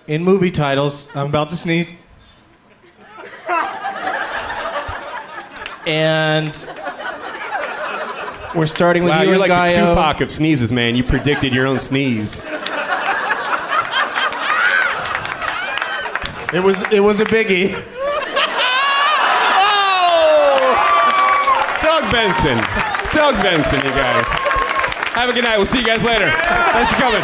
Speaker 2: in movie titles. I'm about to sneeze. And we're starting with
Speaker 6: Wow,
Speaker 2: you
Speaker 6: you're
Speaker 2: and
Speaker 6: like the
Speaker 2: Gaio.
Speaker 6: Tupac of sneezes, man. You predicted your own sneeze.
Speaker 2: It was it was a biggie.
Speaker 6: Doug Benson. Doug Benson, you guys. Have a good night. We'll see you guys later. Thanks for coming.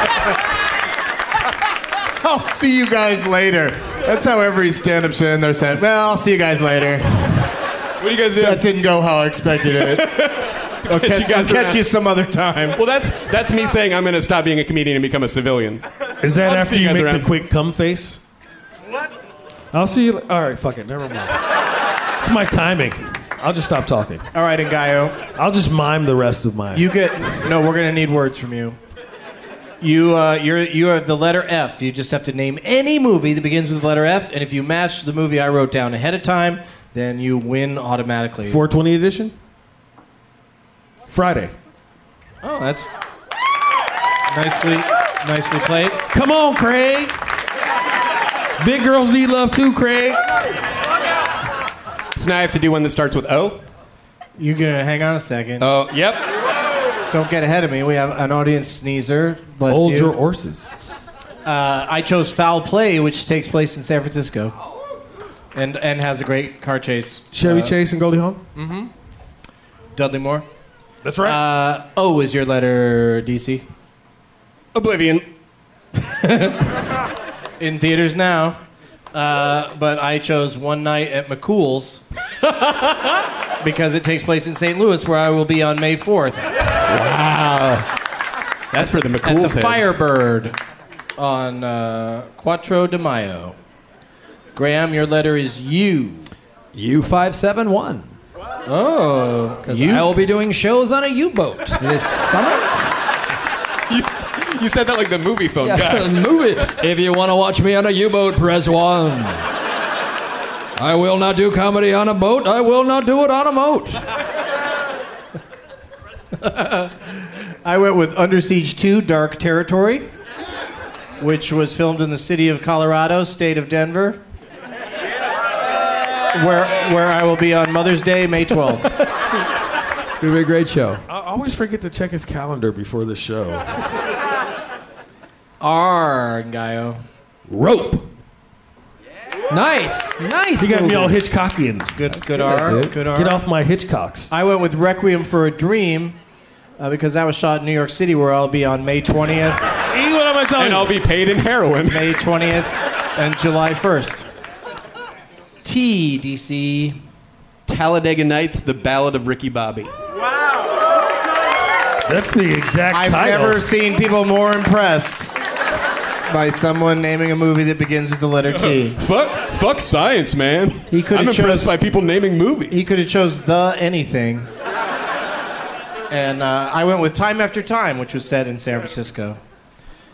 Speaker 2: I'll see you guys later. That's how every stand-up show in there said. Well, I'll see you guys later. What
Speaker 6: do you guys do?
Speaker 2: That didn't go how I expected it. I'll
Speaker 6: Catch you
Speaker 2: catch, I'll
Speaker 6: guys
Speaker 2: catch
Speaker 6: around.
Speaker 2: you some other time.
Speaker 6: Well, that's that's me saying I'm going to stop being a comedian and become a civilian.
Speaker 4: Is that
Speaker 6: I'll
Speaker 4: after
Speaker 6: see
Speaker 4: you
Speaker 6: guys
Speaker 4: make
Speaker 6: around.
Speaker 4: the quick cum face? What? I'll see you. la- All right, fuck it. Never mind. it's my timing. I'll just stop talking.
Speaker 2: (laughs) All right, Ngayo.
Speaker 4: I'll just mime the rest of mine.
Speaker 2: You get no. We're gonna need words from you. You uh, you're you have the letter F. You just have to name any movie that begins with the letter F, and if you match the movie I wrote down ahead of time, then you win automatically.
Speaker 4: 420 edition? Friday.
Speaker 2: Oh, that's nicely nicely played.
Speaker 4: Come on, Craig. Big girls need love too, Craig.
Speaker 6: So now I have to do one that starts with O.
Speaker 2: You're gonna hang on a second.
Speaker 6: Oh, yep.
Speaker 2: Don't get ahead of me. We have an audience sneezer. Bless
Speaker 4: Hold
Speaker 2: you.
Speaker 4: your horses.
Speaker 2: Uh, I chose Foul Play, which takes place in San Francisco, and and has a great car chase.
Speaker 4: Chevy
Speaker 2: uh,
Speaker 4: Chase and Goldie Hawn.
Speaker 2: Mm-hmm. Dudley Moore.
Speaker 4: That's right.
Speaker 2: Uh, o is your letter, DC.
Speaker 6: Oblivion.
Speaker 2: In theaters now, uh, but I chose One Night at McCool's (laughs) because it takes place in St. Louis, where I will be on May 4th.
Speaker 6: Wow. That's for the
Speaker 2: At
Speaker 6: McCool
Speaker 2: the Firebird on uh, Quattro de Mayo. Graham, your letter is U.
Speaker 5: U five seven one.
Speaker 2: Oh,
Speaker 5: because I will be doing shows on a U boat this summer.
Speaker 6: You, s- you said that like the movie
Speaker 7: (laughs)
Speaker 5: (laughs)
Speaker 6: phone
Speaker 5: Yeah,
Speaker 6: guy.
Speaker 5: movie. If you want to watch me on a U boat, press one. I will not do comedy on a boat. I will not do it on a moat.
Speaker 2: I went with Under Siege 2 Dark Territory, which was filmed in the city of Colorado, state of Denver, where, where I will be on Mother's Day, May 12th.
Speaker 5: It'll be a great show.
Speaker 4: I always forget to check his calendar before the show.
Speaker 8: R Gaio.
Speaker 4: Rope.
Speaker 5: Nice, nice.
Speaker 4: You got
Speaker 8: movie.
Speaker 4: me all (laughs) Hitchcockians.
Speaker 2: Good, good, R. Good R.
Speaker 4: Get off my Hitchcocks.
Speaker 2: I went with Requiem for a Dream uh, because that was shot in New York City, where I'll be on May 20th.
Speaker 6: And I'll be paid in heroin.
Speaker 2: May 20th and July 1st. TDC.
Speaker 6: Talladega Nights, The Ballad of Ricky Bobby.
Speaker 4: That's the exact
Speaker 2: I've never seen people more impressed by someone naming a movie that begins with the letter T.
Speaker 6: fuck, fuck science, man.
Speaker 2: He could
Speaker 6: I'm
Speaker 2: have
Speaker 6: impressed
Speaker 2: chose-
Speaker 6: by people naming movies.
Speaker 2: He could have chose the anything. And uh, I went with Time After Time, which was set in San Francisco.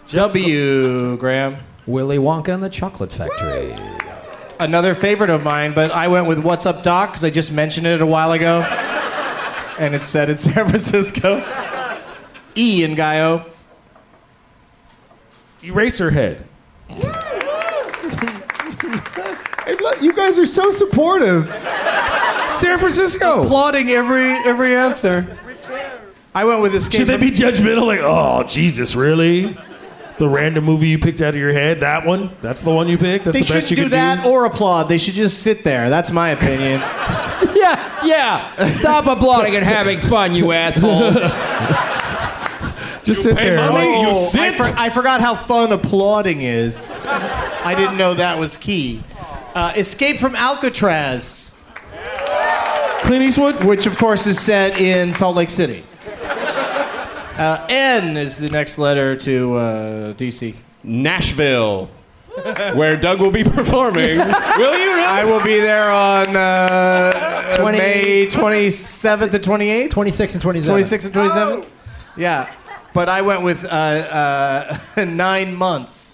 Speaker 2: W. Graham.
Speaker 5: Willy Wonka and the Chocolate Factory.
Speaker 2: Another favorite of mine, but I went with What's Up Doc because I just mentioned it a while ago. And it's set in (laughs) San Francisco. E in Gaio.
Speaker 4: Eraserhead.
Speaker 2: I love- you guys are so supportive.
Speaker 4: San Francisco.
Speaker 2: Applauding every every answer. I went with Escape.
Speaker 4: Should they
Speaker 2: from-
Speaker 4: be judgmental? Like, oh, Jesus, really? The random movie you picked out of your head, that one? That's the one you picked? That's
Speaker 2: they
Speaker 4: the best
Speaker 2: shouldn't
Speaker 4: you
Speaker 2: do
Speaker 4: could
Speaker 2: that or applaud. They should just sit there. That's my
Speaker 4: (laughs)
Speaker 2: opinion.
Speaker 7: yes, yeah. Stop applauding and having fun, you assholes.
Speaker 4: (laughs) Just
Speaker 7: sit there.
Speaker 2: Oh, I, for- I forgot how fun applauding is. I didn't know that was key. Uh, Escape from Alcatraz.
Speaker 4: Clint Eastwood?
Speaker 2: Which, of course, is set in Salt Lake City. Uh, N is the next letter to uh, DC.
Speaker 6: Nashville, where Doug will be (laughs) performing. will you?
Speaker 2: I will be there on uh,
Speaker 6: 20
Speaker 2: May 27th and 28th.
Speaker 5: 26 and 27.
Speaker 2: 26 and 27? Yeah. But I went with uh, uh, (laughs) nine months,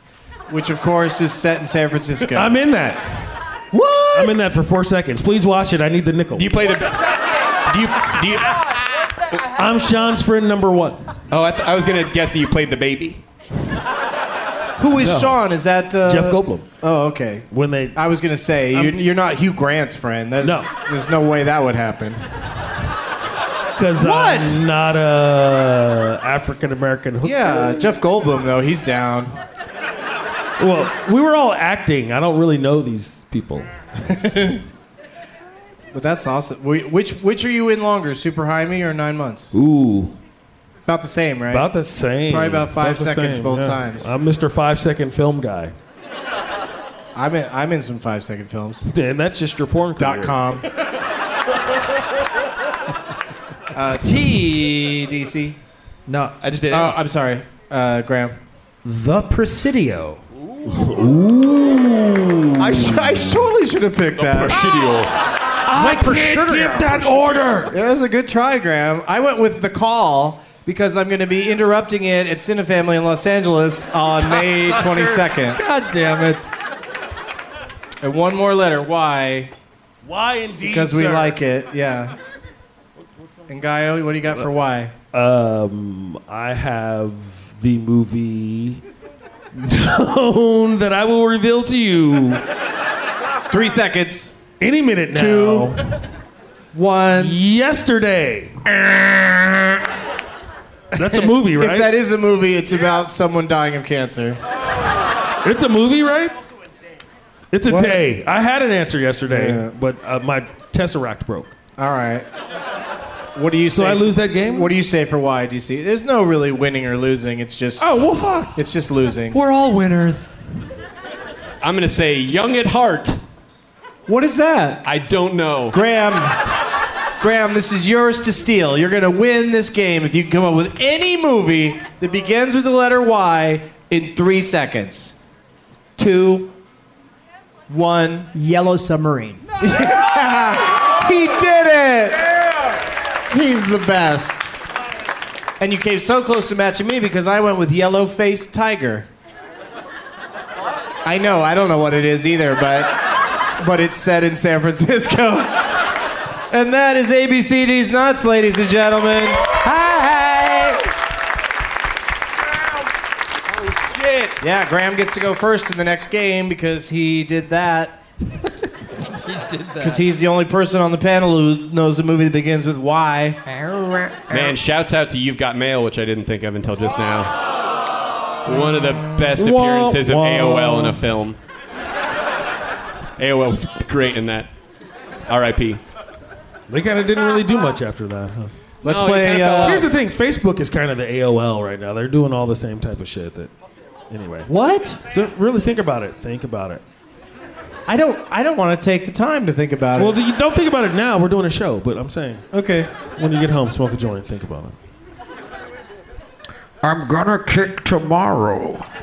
Speaker 2: which of course is set in San Francisco.
Speaker 4: I'm in that.
Speaker 2: What?
Speaker 4: I'm in that for four seconds. Please watch it. I need the nickel. Do you
Speaker 6: play the. Do you. Do you
Speaker 4: I'm Sean's friend number one.
Speaker 6: Oh, I, th- I was going to guess that you played the baby.
Speaker 2: Who is
Speaker 4: No.
Speaker 2: Sean? Is that uh,
Speaker 4: Jeff Goldblum.
Speaker 2: Oh, okay.
Speaker 4: When they.
Speaker 2: I was gonna say
Speaker 4: I'm-
Speaker 2: you're, you're not Hugh Grant's friend. That's,
Speaker 4: No.
Speaker 2: there's no way that would happen.
Speaker 4: Because
Speaker 2: What?
Speaker 4: I'm not a African American hooker.
Speaker 2: Yeah, Jeff Goldblum though he's down.
Speaker 4: Well, we were all acting. I don't really know these people.
Speaker 2: But that's awesome. Wh- Which which are you in longer, Super Jaime or Nine Months?
Speaker 4: Ooh.
Speaker 2: About the same, right?
Speaker 4: About the same.
Speaker 2: Probably about five
Speaker 4: the
Speaker 2: seconds both
Speaker 4: yeah.
Speaker 2: times.
Speaker 4: I'm Mr. Five Second Film Guy.
Speaker 2: I'm in I'm in some five second films.
Speaker 4: And that's just your porn career.
Speaker 2: Dot (laughs) com. uh, TDC.
Speaker 5: No,
Speaker 6: I just did
Speaker 2: Oh, I'm sorry, uh, Graham.
Speaker 5: The Presidio.
Speaker 2: I, sh- I totally should have picked that.
Speaker 4: I can't give that order.
Speaker 2: It was a good try, Graham. I went with the call because I'm going to be interrupting it at Cinefamily in Los Angeles (laughs) on May 22nd.
Speaker 5: God damn it.
Speaker 2: And one more letter. Why?
Speaker 4: Why indeed?
Speaker 2: Because we
Speaker 4: sir?
Speaker 2: like it.
Speaker 4: (laughs)
Speaker 2: Yeah. And Gaio, what do you got for why?
Speaker 4: Um, I have the movie known that I will reveal to you
Speaker 2: Three seconds.
Speaker 4: any minute now.
Speaker 2: Two. One.
Speaker 4: Yesterday. That's a movie, right?
Speaker 2: If that is a movie, it's about someone dying of cancer.
Speaker 4: It's a movie, right? It's a
Speaker 2: What?
Speaker 4: day. I had an answer yesterday,
Speaker 2: Yeah.
Speaker 4: but uh, my tesseract broke.
Speaker 2: All right. What do you say?
Speaker 4: So I lose that game?
Speaker 2: What do you say for why, DC? There's no really winning or losing. It's just
Speaker 4: Oh well, fuck.
Speaker 2: it's just losing.
Speaker 5: We're all winners.
Speaker 6: I'm going to say Young at Heart.
Speaker 2: What is that?
Speaker 6: I don't know.
Speaker 2: Graham, Graham, this is yours to steal. You're going to win this game if you can come up with any movie that begins with the letter Y in three seconds. Two, one.
Speaker 7: Yellow Submarine.
Speaker 2: (laughs) He did it! He's the best. And you came so close to matching me because I went with Yellow Faced Tiger. I know, I don't know what it is either, but but it's set in San Francisco. (laughs) And that is ABCD's Nuts, ladies and gentlemen.
Speaker 7: Hi.
Speaker 2: Yeah, Graham gets to go first in the next game because he did that.
Speaker 5: He did
Speaker 2: Because he's the only person on the panel who knows a movie that begins with Y.
Speaker 6: Man, shouts out to You've Got Mail, which I didn't think of until just now. One of the best
Speaker 1: Wah,
Speaker 6: appearances of
Speaker 1: wah.
Speaker 6: AOL in a film. AOL was great in that. R.I.P.
Speaker 4: They kind of didn't really do much after that. Huh?
Speaker 6: Let's No, you play, kinda fell uh, off.
Speaker 4: Here's the thing: Facebook is kind of the AOL right now. They're doing all the same type of shit. That, anyway.
Speaker 2: What?
Speaker 4: Don't really think about it. Think about it.
Speaker 2: I don't. I don't want to take the time to think about
Speaker 4: Well, do you, don't think about it now. We're doing a show, but I'm saying.
Speaker 2: Okay.
Speaker 4: When you get home, smoke a joint. Think about it.
Speaker 12: I'm gonna kick tomorrow.
Speaker 5: (laughs)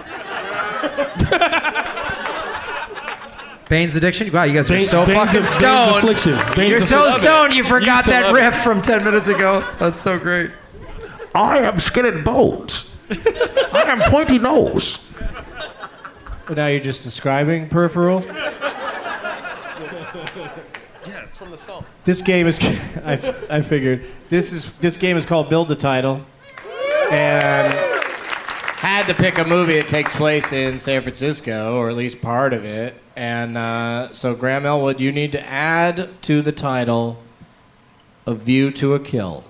Speaker 5: Bane's Addiction. Wow, you guys are
Speaker 12: Bane-
Speaker 5: so
Speaker 12: Bane's-
Speaker 5: fucking
Speaker 12: Bane's
Speaker 5: stoned.
Speaker 12: Affliction. Bane's
Speaker 5: You're so
Speaker 12: Affliction.
Speaker 5: stoned you
Speaker 12: Love it.
Speaker 5: forgot
Speaker 12: Used to
Speaker 5: that
Speaker 12: love it.
Speaker 5: riff from 10 minutes ago. That's so great.
Speaker 12: I am skin and bones. I am pointy nose.
Speaker 2: But now you're just describing peripheral.
Speaker 4: Yeah, it's from the song.
Speaker 2: This
Speaker 8: (laughs)
Speaker 2: game is. I, f- I figured this is this game is called Build the Title, and
Speaker 8: had to pick a movie that takes place in San Francisco, or at least part of it. And uh, so, Graham Elwood, you need to add to the title "A View to a Kill,"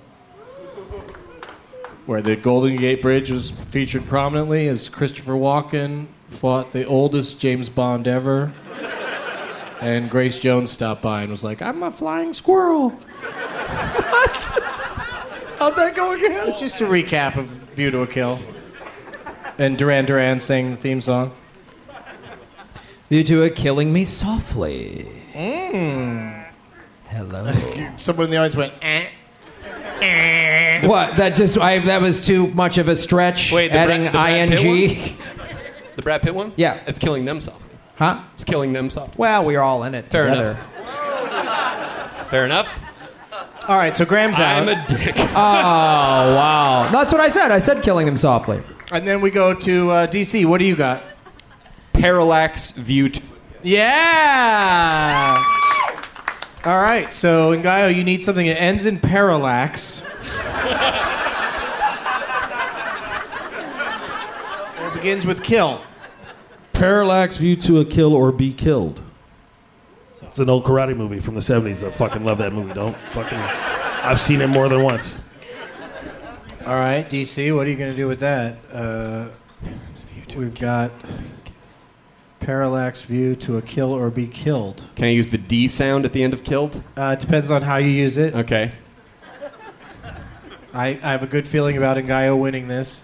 Speaker 8: where the Golden Gate Bridge was featured prominently as Christopher Walken fought the oldest James Bond ever. And Grace Jones stopped by and was like, I'm a flying squirrel. (laughs)
Speaker 7: What? How'd that go again?
Speaker 8: It's just a recap of View to a Kill. And Duran Duran sang the theme song.
Speaker 7: View to a Killing Me Softly. Hello.
Speaker 8: Someone in the audience went, eh. eh.
Speaker 7: What? That just I that was too much of a stretch.
Speaker 6: Wait, the
Speaker 7: adding
Speaker 6: Brad, the Brad
Speaker 7: ing.
Speaker 6: Pitt one? The Brad Pitt one? Yeah. It's killing them softly.
Speaker 7: Huh?
Speaker 6: It's killing them softly.
Speaker 7: Well, we are all in it
Speaker 6: Fair
Speaker 7: together.
Speaker 6: Fair enough.
Speaker 2: All right, so Graham's
Speaker 6: out. I'm a dick.
Speaker 7: oh wow, that's what I said. I said killing them softly.
Speaker 2: and then we go to uh, DC. What do you got?
Speaker 6: Parallax View. To-
Speaker 2: yeah. All right, so Ngayo, you need something that ends in parallax. It begins with kill.
Speaker 4: Parallax View to a Kill or Be Killed. It's an old karate movie from the 70s. I fucking love that movie. Don't fucking. I've seen it more than once.
Speaker 2: All right, DC, what are you going to do with that? Uh, we've got parallax view to a kill or be killed.
Speaker 6: Can I use the D sound at the end of killed?
Speaker 2: Uh, it depends on how you use it.
Speaker 6: Okay.
Speaker 2: I, I have a good feeling about Ngayo winning this.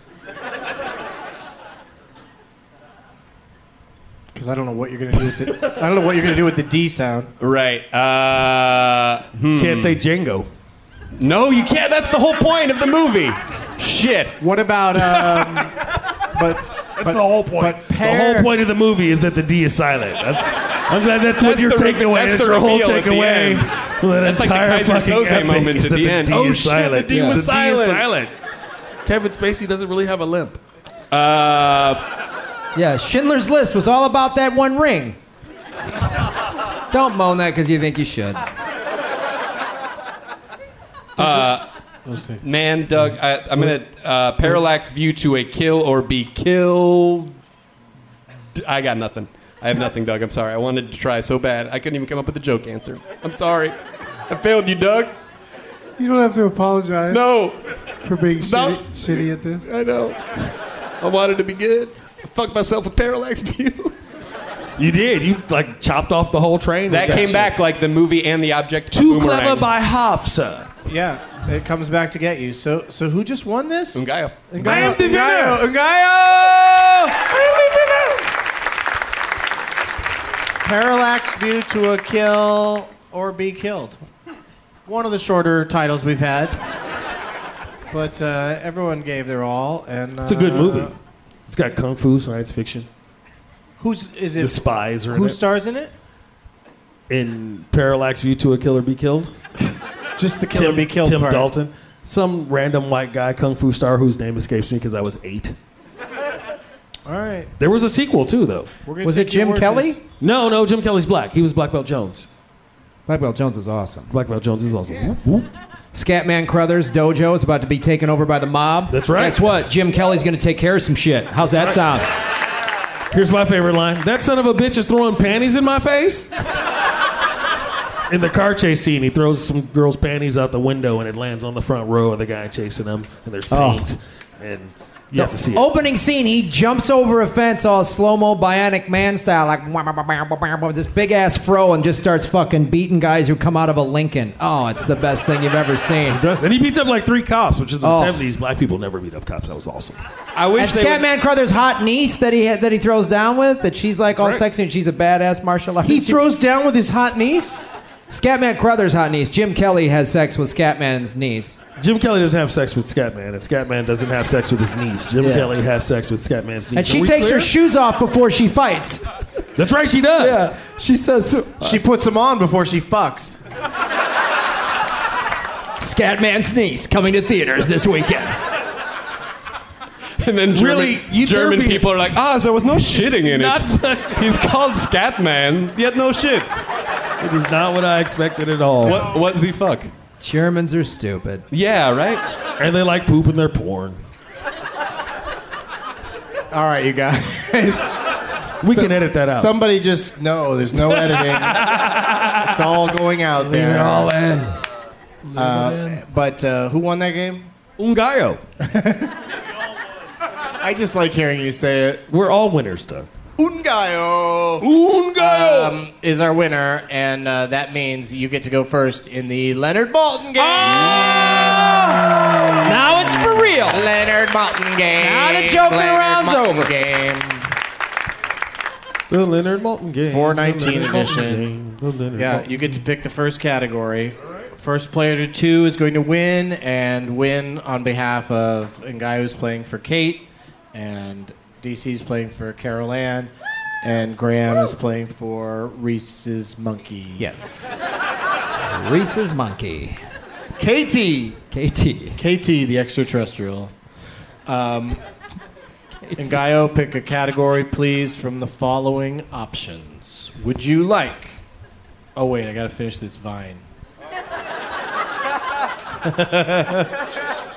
Speaker 2: Because I don't know what you're going to do with the, I don't know what you're going to do with the D sound.
Speaker 6: Right. Uh, hmm.
Speaker 2: Can't say
Speaker 4: Django.
Speaker 6: No, you can't. That's the whole point of the movie. Shit.
Speaker 2: What about? Um,
Speaker 4: (laughs)
Speaker 2: but that's
Speaker 4: the whole point. the whole point of the movie is that the D is silent. That's. I'm glad that's, what
Speaker 6: That's
Speaker 4: you're
Speaker 6: the re-
Speaker 4: taking away.
Speaker 6: that's
Speaker 4: That's
Speaker 6: the
Speaker 4: your whole
Speaker 6: reveal at the
Speaker 4: takeaway.
Speaker 6: end.
Speaker 4: Well, that
Speaker 6: That's like the
Speaker 4: entire
Speaker 6: Kaiser
Speaker 4: fucking
Speaker 6: Soze
Speaker 4: epic
Speaker 6: moment
Speaker 4: is
Speaker 6: at
Speaker 4: that
Speaker 6: the end.
Speaker 4: D
Speaker 6: Oh,
Speaker 4: is
Speaker 6: shit,
Speaker 4: silent.
Speaker 6: the D was
Speaker 4: D is
Speaker 6: silent.
Speaker 4: silent. Kevin Spacey doesn't really have a limp.
Speaker 6: Uh,
Speaker 7: Yeah, Schindler's List was all about that one ring. Don't moan that because you think you should.
Speaker 6: uh, man, Doug, I, I'm gonna uh, parallax view to a kill or be killed. I got nothing. I have nothing, Doug. I'm sorry. I wanted to try so bad. I couldn't even come up with a joke answer. I'm sorry. I failed you, Doug.
Speaker 2: You don't have to apologize.
Speaker 6: No.
Speaker 2: For being
Speaker 6: Stop.
Speaker 2: shitty, shitty at this.
Speaker 6: I know. I wanted to be good. I fucked myself with parallax (laughs) view.
Speaker 4: You did. You like chopped off the whole train. with
Speaker 6: That came
Speaker 4: shit.
Speaker 6: back like the movie and the object. of
Speaker 4: Too
Speaker 6: Boomerang.
Speaker 4: clever by half, sir.
Speaker 2: Yeah, it comes back to get you. So, so who just won this?
Speaker 6: Ungayo.
Speaker 4: I am the
Speaker 2: Ungayo.
Speaker 4: winner.
Speaker 2: Parallax view to a kill or be killed. One of the shorter titles we've had, but uh, everyone gave their all, and uh,
Speaker 4: It's a good movie. It's got kung fu, science fiction.
Speaker 2: Who's is it?
Speaker 4: The spies are in
Speaker 2: Who
Speaker 4: it.
Speaker 2: stars in it?
Speaker 4: in Parallax View to a Killer Be Killed.
Speaker 2: (laughs) Just the Killer
Speaker 4: Tim,
Speaker 2: Be Killed
Speaker 4: Tim
Speaker 2: part.
Speaker 4: Dalton, some random white guy kung fu star whose name escapes me because I was eight.
Speaker 2: All right.
Speaker 4: There was a sequel too, though.
Speaker 2: We're gonna Was it take your Jim word for Kelly? this.
Speaker 4: No, no, Jim Kelly's black. He was Black Belt Jones.
Speaker 7: Black Belt Jones is awesome.
Speaker 4: Black Belt Jones is awesome.
Speaker 7: Scatman Crothers Dojo is about to be taken over by the mob. That's
Speaker 4: right.
Speaker 7: Guess what? Jim Kelly's going to take care of some shit. How's that
Speaker 4: That's
Speaker 7: sound?
Speaker 2: (laughs)
Speaker 4: Here's my favorite line: That son of a bitch is throwing panties in my face. in the car chase scene, he throws some girl's panties out the window and it lands on the front row of the guy chasing him, and there's
Speaker 5: Oh.
Speaker 4: paint, and you have to
Speaker 2: Oh,
Speaker 4: see it.
Speaker 5: Opening scene, he jumps over a fence all slow mo bionic man style, like wah, wah, wah, wah, wah, wah, with this big ass fro, and just starts fucking beating guys who come out of a Lincoln. Oh, it's the best thing you've ever seen. He
Speaker 4: does, and he beats up like three cops, which in the
Speaker 5: Oh.
Speaker 4: seventies, black people never beat up cops. That was awesome.
Speaker 6: I
Speaker 5: And Scatman Crothers' hot niece that he that he throws down with, that she's like all sexy and she's a badass martial artist.
Speaker 2: He throws down with his hot niece.
Speaker 5: Scatman Crothers' hot niece. Jim Kelly has sex with Scatman's niece.
Speaker 4: Jim Kelly doesn't have sex with Scatman, and Scatman doesn't have sex with his niece. Jim
Speaker 5: Yeah.
Speaker 4: Kelly has sex with Scatman's niece.
Speaker 5: And she
Speaker 4: Are we
Speaker 5: takes
Speaker 4: clear?
Speaker 5: her shoes off before she fights.
Speaker 4: That's right, she does.
Speaker 5: Yeah, she says
Speaker 2: she puts them on before she fucks.
Speaker 7: Scatman's niece coming to theaters this weekend.
Speaker 6: And then German,
Speaker 7: Really, you- there
Speaker 6: German
Speaker 7: be-
Speaker 6: people are like, ah, there was no shitting in
Speaker 4: Not
Speaker 6: it. He's called Scatman, yet no shit.
Speaker 4: It is not what I expected at all.
Speaker 6: What, what does he fuck?
Speaker 5: Germans are stupid.
Speaker 6: Yeah, right?
Speaker 4: And they like poop in their porn.
Speaker 2: All right, you guys.
Speaker 4: (laughs) We can edit that out.
Speaker 2: Somebody just no. There's no
Speaker 4: (laughs)
Speaker 2: editing. it's all going out
Speaker 4: Leave
Speaker 2: there.
Speaker 4: it all in.
Speaker 2: Uh, but uh, who won that game?
Speaker 4: Ungayo.
Speaker 2: I just like hearing you say it.
Speaker 4: We're all winners, Doug.
Speaker 2: Ungayo.
Speaker 4: Ungayo
Speaker 2: um, is our winner, and uh, that means you get to go first in the Leonard Bolton game.
Speaker 4: Ah!
Speaker 7: Now it's for real.
Speaker 2: Leonard Bolton game.
Speaker 7: Now the joking
Speaker 2: Leonard
Speaker 7: around's
Speaker 2: Maltin
Speaker 7: over.
Speaker 2: Game.
Speaker 4: The Leonard Moulton
Speaker 2: 419
Speaker 4: game. The Leonard Moulton
Speaker 2: edition.
Speaker 4: game. The Leonard
Speaker 2: Yeah,
Speaker 4: Moulton-
Speaker 2: you get to pick the first category. First player to two is going to win and win on behalf of a guy who's playing for Kate, and DC's playing for Carol Ann, and Graham is playing for Reese's Monkey. Yes.
Speaker 5: Reese's Monkey.
Speaker 2: KT.
Speaker 5: KT.
Speaker 2: KT, the extraterrestrial. Um, (laughs) and Gaio, pick a category, please, from the following options. Would you like. Oh, wait, I gotta finish this vine.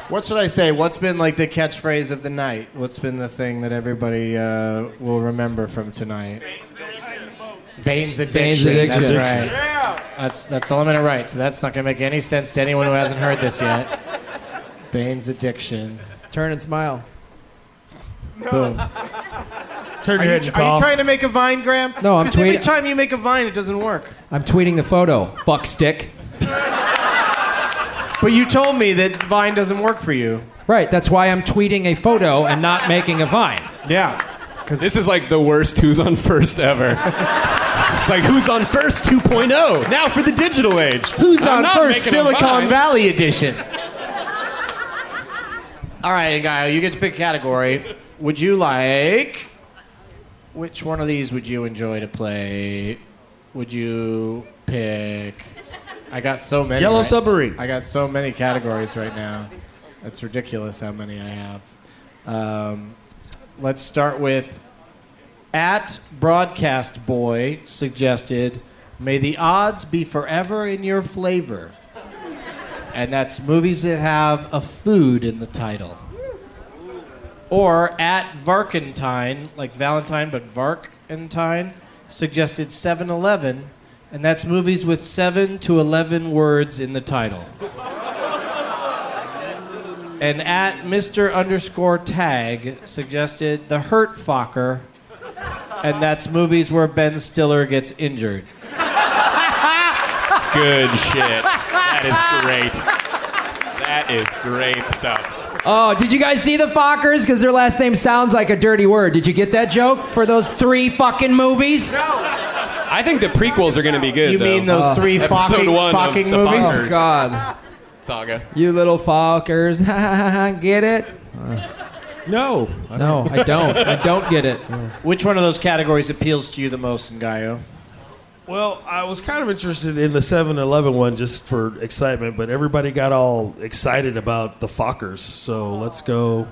Speaker 2: what should I say? What's been like the catchphrase of the night? What's been the thing that everybody uh, will remember from tonight?
Speaker 7: Bane's
Speaker 2: Bane's addiction.
Speaker 7: addiction.
Speaker 2: That's
Speaker 7: Addiction.
Speaker 2: right. That's that's all I'm gonna write. So that's not gonna make any sense to anyone who hasn't heard this yet. Bane's addiction.
Speaker 5: Turn and smile.
Speaker 2: Boom.
Speaker 4: Turn
Speaker 2: Are you, are you trying to make a vine, Graham?
Speaker 5: No, I'm
Speaker 2: 'Cause every
Speaker 5: tweeting-
Speaker 2: time you make a vine, it doesn't work.
Speaker 5: I'm tweeting the photo. Fuck stick.
Speaker 2: But you told me that Vine doesn't work for you.
Speaker 5: Right. That's why I'm tweeting a photo and not making a Vine.
Speaker 2: Yeah.
Speaker 6: This is like the worst who's on first ever. it's like who's on first 2.0. Now for the digital age.
Speaker 2: Who's
Speaker 6: I'm
Speaker 2: on
Speaker 6: not
Speaker 2: first
Speaker 6: making a
Speaker 2: Silicon
Speaker 6: vine.
Speaker 2: Valley edition? All right, Gaio, you get to pick a category. Would you like? Which one of these would you enjoy to play? Would you pick? I got so many.
Speaker 4: Yellow
Speaker 2: right-
Speaker 4: Submarine.
Speaker 2: I got so many categories right now. It's ridiculous how many I have. Um, let's start with at broadcast boy suggested, "May the odds be forever in your flavor," and that's movies that have a food in the title. Or at Varkentine, like Valentine, but Varkentine, suggested 7 Eleven, and that's movies with 7 to 11 words in the title. and at Mr. underscore tag suggested The Hurt Focker, and that's movies where Ben Stiller gets injured.
Speaker 6: Good shit. That is great. That is great stuff.
Speaker 5: Oh, did you guys see the Fockers? Because their last name sounds like a dirty word. Did you get that joke for those three fucking movies?
Speaker 6: I think the prequels are going to be good.
Speaker 5: You
Speaker 6: though.
Speaker 5: mean those three
Speaker 6: Episode
Speaker 5: fucking-
Speaker 6: one of
Speaker 5: fucking
Speaker 6: the
Speaker 5: movies?
Speaker 6: Fokker
Speaker 5: Oh, God.
Speaker 6: Saga.
Speaker 5: You little Fockers. (laughs) get it?
Speaker 4: No.
Speaker 5: No, I don't. I don't get it.
Speaker 2: Which one of those categories appeals to you the most, Ngayo?
Speaker 4: Well, I was kind of interested in the 7 Eleven one just for excitement, but everybody got all excited about the Fockers, so let's go.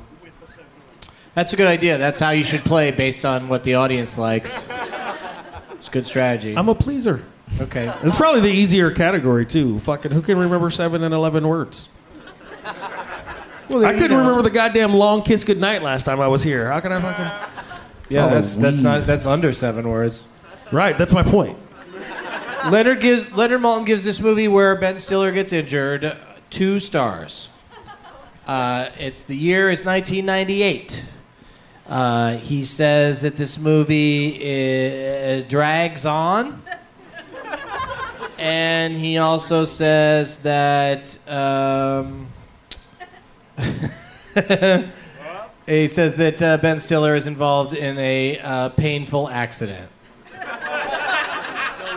Speaker 2: That's a good idea. That's how you should play based on what the audience likes. It's a good strategy.
Speaker 4: I'm a pleaser.
Speaker 2: Okay.
Speaker 4: It's probably the easier category, too. Fucking, who can remember 7 and 11 words?
Speaker 2: Well,
Speaker 4: I couldn't remember the goddamn long kiss goodnight last time I was here. How can I fucking. It's
Speaker 2: Yeah,
Speaker 4: all
Speaker 2: that's that's
Speaker 4: weed.
Speaker 2: not that's under seven words.
Speaker 4: Right, that's my point.
Speaker 2: (laughs) Leonard gives Leonard Malton gives this movie where Ben Stiller gets injured uh, two stars. Uh, it's the year is 1998. Uh, he says that this movie uh, drags on, and he also says that. Um, (laughs) he says that uh, Ben Stiller is involved in a uh, painful accident.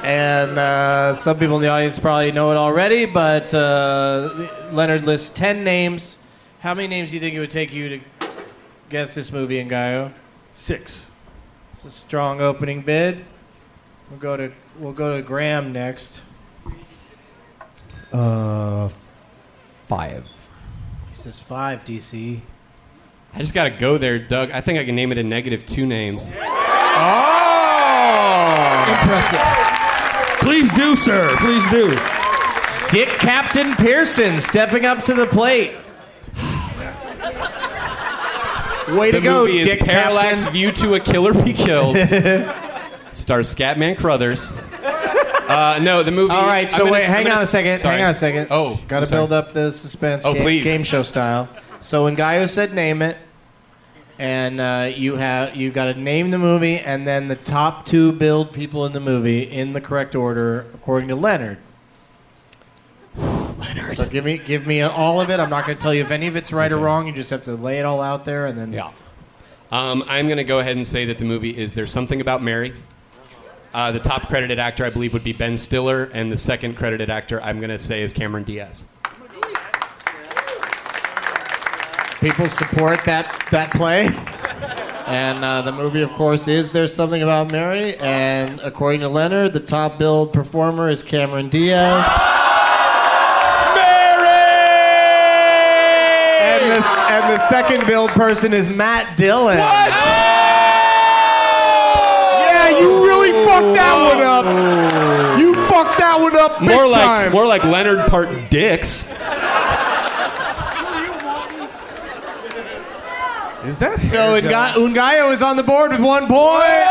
Speaker 2: And uh, some people in the audience probably know it already, but uh, Leonard lists 10 names. How many names do you think it would take you to guess this movie in Gaio? Six. It's a strong opening bid. We'll go to, we'll go to Graham next.
Speaker 5: Uh, five.
Speaker 2: He says five, DC.
Speaker 6: I just gotta go there, Doug. I think I can name it in negative two names.
Speaker 2: Oh! Impressive.
Speaker 4: Please do, sir. Please do.
Speaker 2: Dick Captain Pearson stepping up to the plate. Way
Speaker 6: the
Speaker 2: to go,
Speaker 6: movie is
Speaker 2: Dick
Speaker 6: Parallax
Speaker 2: Captain.
Speaker 6: View to a Killer
Speaker 2: (laughs)
Speaker 6: Be Killed. Stars Scatman Crothers. Uh, no, the movie.
Speaker 2: All right, so
Speaker 6: I'm gonna-
Speaker 2: wait, hang
Speaker 6: I'm gonna-
Speaker 2: on a second.
Speaker 6: sorry.
Speaker 2: Hang on a second.
Speaker 6: Oh,
Speaker 2: gotta
Speaker 6: I'm sorry.
Speaker 2: build up the suspense.
Speaker 6: Oh,
Speaker 2: ga-
Speaker 6: please.
Speaker 2: Game show style. So when Gaio said name it, and uh, you have you got to name the movie, and then the top two build people in the movie in the correct order according to
Speaker 6: (sighs)
Speaker 2: Leonard. Leonard. So give me give me all of it. I'm not gonna tell you if any of it's right or wrong. You just have to lay it all out there, and then yeah.
Speaker 6: Um, I'm going to go ahead and say that the movie is There's Something About Mary. Uh, the top credited actor, I believe, would be Ben Stiller, and the second credited actor, I'm going to say, is Cameron Diaz.
Speaker 2: people support that that play. And uh, the movie, of course, is There's Something About Mary. And according to Leonard, the top billed performer is Cameron Diaz. Mary! And the, and the second billed person is Matt Dillon. What? Yeah, you really fucked that one up. You fucked that one up big
Speaker 6: More like,
Speaker 2: time.
Speaker 6: more like Leonard Part Dix.
Speaker 4: Is that
Speaker 2: So Unga- Ungayo is on the board with one point.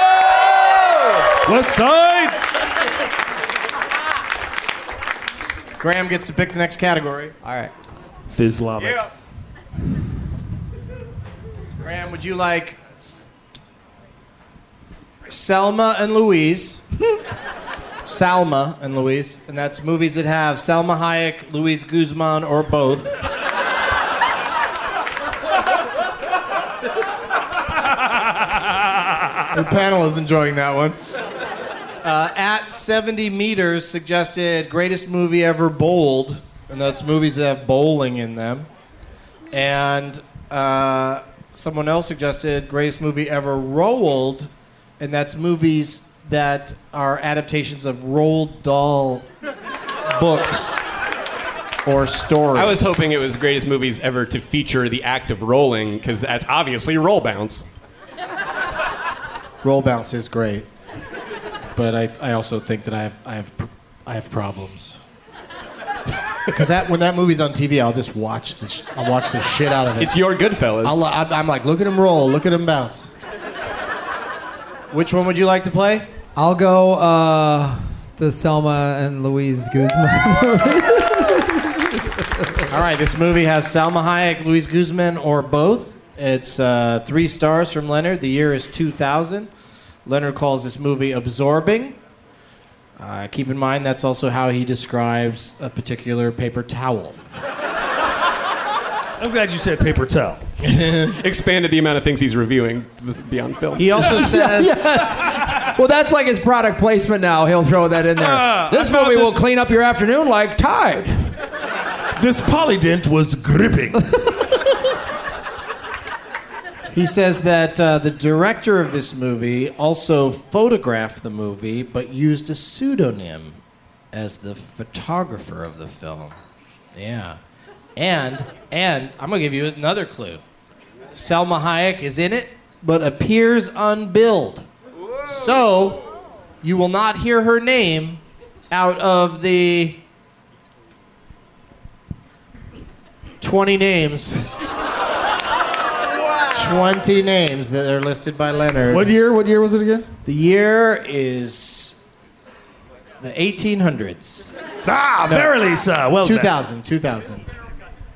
Speaker 4: West Side.
Speaker 2: Graham gets to pick the next category.
Speaker 5: All right.
Speaker 4: Fislamic.
Speaker 2: Graham, would you like Selma and Louise? (laughs) Salma and Louise, and that's movies that have Selma Hayek, Louise Guzman, or both. the panel is enjoying that one. Uh, at 70 meters suggested greatest movie ever bowled, and that's movies that have bowling in them. And uh, someone else suggested greatest movie ever rolled, and that's movies that are adaptations of Roald Dahl books or stories.
Speaker 6: I was hoping it was greatest movies ever to feature the act of rolling, because that's obviously roll bounce.
Speaker 2: Roll bounce is great, but I, I also think that I have I have pr- I have problems. Because that when that movie's on TV, I'll just watch the sh- I'll watch the shit out of it.
Speaker 6: It's your Goodfellas.
Speaker 2: I'll, I'm, I'm like, look at him roll, look at him bounce. Which one would you like to play?
Speaker 5: I'll go uh, the Selma and Louise Guzman (laughs) movie.
Speaker 2: All right, this movie has Salma Hayek, Luis Guzman, or both. It's uh, three stars from Leonard. The year is 2000. Leonard calls this movie absorbing. Uh, keep in mind that's also how he describes a particular paper towel.
Speaker 4: I'm glad you said paper towel.
Speaker 6: Expanded the amount of things he's reviewing beyond film.
Speaker 2: He also says.
Speaker 5: Well, that's like his product placement now. He'll throw that in there.
Speaker 4: Ah,
Speaker 5: this
Speaker 4: I bought
Speaker 5: movie will
Speaker 4: this-
Speaker 5: clean up your afternoon like Tide.
Speaker 4: This polydent was gripping.
Speaker 2: He says that uh, the director of this movie also photographed the movie, but used a pseudonym as the photographer of the film. Yeah, and and I'm gonna give you another clue. Selma Hayek is in it, but appears unbilled. So you will not hear her name out of the 20 names. 20 names that are listed by Leonard.
Speaker 4: What year? What year was it again?
Speaker 2: The year is The 1800s.
Speaker 4: Ah, verily, sir. Well done.
Speaker 2: 2000, 2000.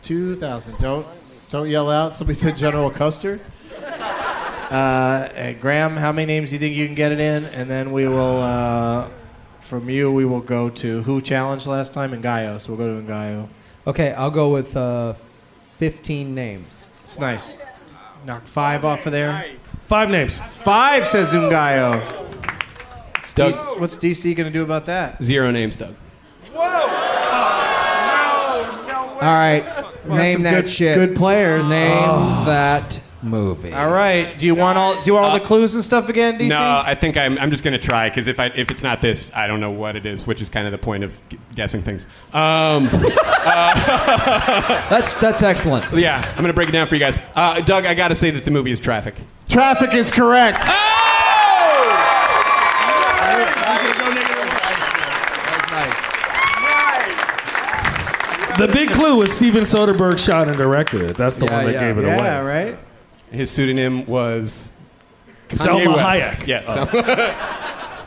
Speaker 2: 2000. Don't, don't yell out. Somebody said General Custard. Uh, and Graham, how many names do you think you can get it in? And then we will, uh, from you, we will go to who challenged last time? Ngayo. So we'll go to Ngayo.
Speaker 5: Okay, I'll go with uh, 15 names.
Speaker 2: It's nice. Knock five off of there.
Speaker 4: Five names.
Speaker 2: Five, says Ungayo.
Speaker 6: Doug.
Speaker 2: What's DC going to do about that?
Speaker 6: Zero names, Doug.
Speaker 5: All right,
Speaker 2: Well, that's
Speaker 5: name
Speaker 2: some
Speaker 5: that
Speaker 2: good-
Speaker 5: shit.
Speaker 2: good players.
Speaker 5: Name
Speaker 2: Oh.
Speaker 5: that movie.
Speaker 2: All right. Do you want all? Do you want all the clues and stuff again, DC?
Speaker 6: No, I think I'm, I'm just going to try because if, I- if it's not this, I don't know what it is, which is kind of the point of g- guessing things. Um,
Speaker 5: that's, that's excellent.
Speaker 6: Yeah, I'm going to break it down for you guys. Uh, Doug, I got to say that the movie is Traffic.
Speaker 2: Traffic is
Speaker 5: Oh!
Speaker 2: correct.
Speaker 4: The big clue was Steven Soderbergh shot and directed it. That's the one that gave it away.
Speaker 2: Yeah, right.
Speaker 6: His pseudonym was
Speaker 4: Selma
Speaker 6: Kanye
Speaker 4: Hayek.
Speaker 6: West.
Speaker 4: Oh.
Speaker 6: Yes.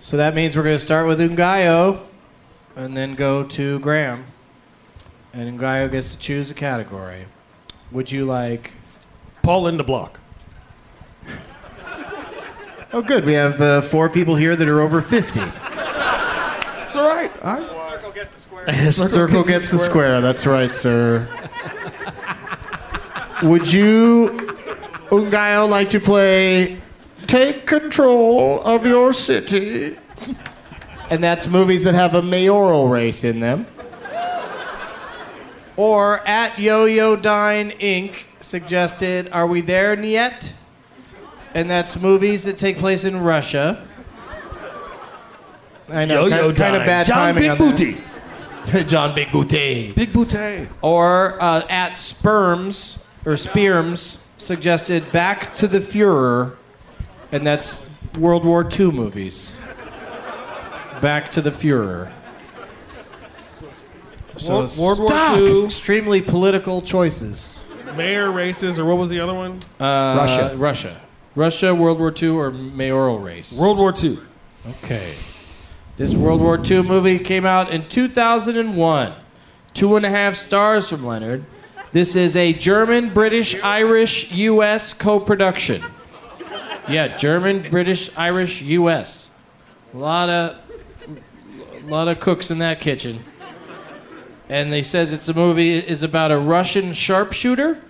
Speaker 2: So that means we're going to start with Ungayo, and then go to Graham, and Ungayo gets to choose a category. Would you like?
Speaker 4: Paul in the block.
Speaker 2: Oh, good. We have uh, four people here that are over fifty.
Speaker 4: It's all right.
Speaker 13: Circle gets the square.
Speaker 2: Circle gets the square. That's right, sir. Would you, Ungayo, like to play Take Control of Your City? And that's movies that have a mayoral race in them. Or at Yo Yo Dine Inc. suggested, Are We There Yet? And that's movies that take place in Russia. I know,
Speaker 4: Yo-Yo
Speaker 2: kind, kind of
Speaker 4: Dine.
Speaker 2: bad
Speaker 4: John
Speaker 2: timing
Speaker 4: Big
Speaker 2: on that.
Speaker 4: Booty.
Speaker 2: John Big Booty.
Speaker 4: Big Booty.
Speaker 2: Or uh, at Sperms or Spearms suggested Back to the Fuhrer, and that's World War II movies. Back to the Fuhrer. So
Speaker 4: World- World War
Speaker 2: Stop!
Speaker 4: II.
Speaker 2: Extremely political choices.
Speaker 4: Mayor races, or what was the other one?
Speaker 2: Uh,
Speaker 4: Russia.
Speaker 2: Russia. Russia, World War II, or mayoral race.
Speaker 4: World War II.
Speaker 2: Okay. This World War II movie came out in 2001. Two and a half stars from Leonard. This is a German, British, Irish, U.S. co production. Yeah, German, British, Irish, U.S. A lot of, lot of cooks in that kitchen. And they says it's a movie is about a Russian sharpshooter.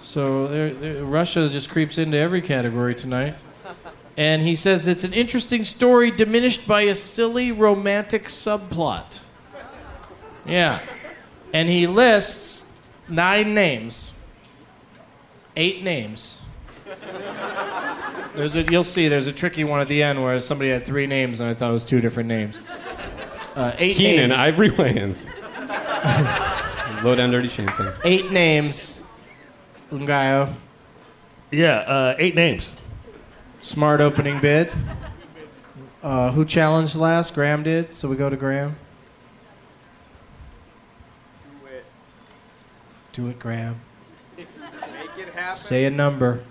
Speaker 2: So there there- Russia just creeps into every category tonight. And he says it's an interesting story diminished by a silly romantic subplot. Yeah. And he lists nine names. Eight names. There's a, you'll see there's a tricky one at the end where somebody had three names and I thought it was two different names. Uh, eight
Speaker 6: Keenan
Speaker 2: names.
Speaker 6: Ivory Wayans. Low down dirty shame thing.
Speaker 2: Eight names. Ungayo.
Speaker 4: Yeah, uh, eight names.
Speaker 2: Smart opening bid. Uh, who challenged last? Graham did. So we go to Graham. Do it, Graham. Say a number.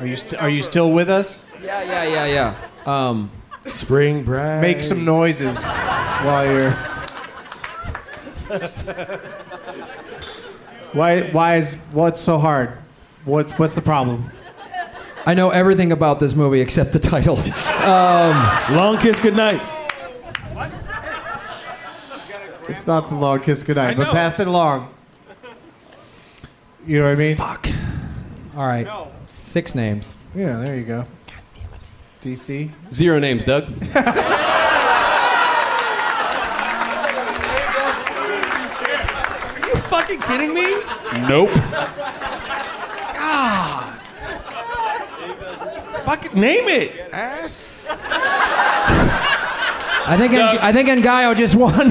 Speaker 2: Are you st- are you still with us?
Speaker 5: Yeah, yeah, yeah, yeah. Um,
Speaker 4: Spring break.
Speaker 2: Make some noises while you're. Why why is what's so hard? What what's the problem?
Speaker 5: I know everything about this movie except the title. (laughs) um,
Speaker 4: Long kiss, goodnight.
Speaker 2: It's not the long kiss goodnight,
Speaker 5: I
Speaker 2: but
Speaker 5: know.
Speaker 2: pass it along. You know what I mean?
Speaker 5: Fuck. All right, six names.
Speaker 2: Yeah, there you go. God damn it. DC.
Speaker 6: Zero names, Doug.
Speaker 13: Are you fucking kidding me?
Speaker 4: Nope.
Speaker 13: God.
Speaker 4: Fucking name it, ass.
Speaker 5: I think Doug. I think Ngayo just won.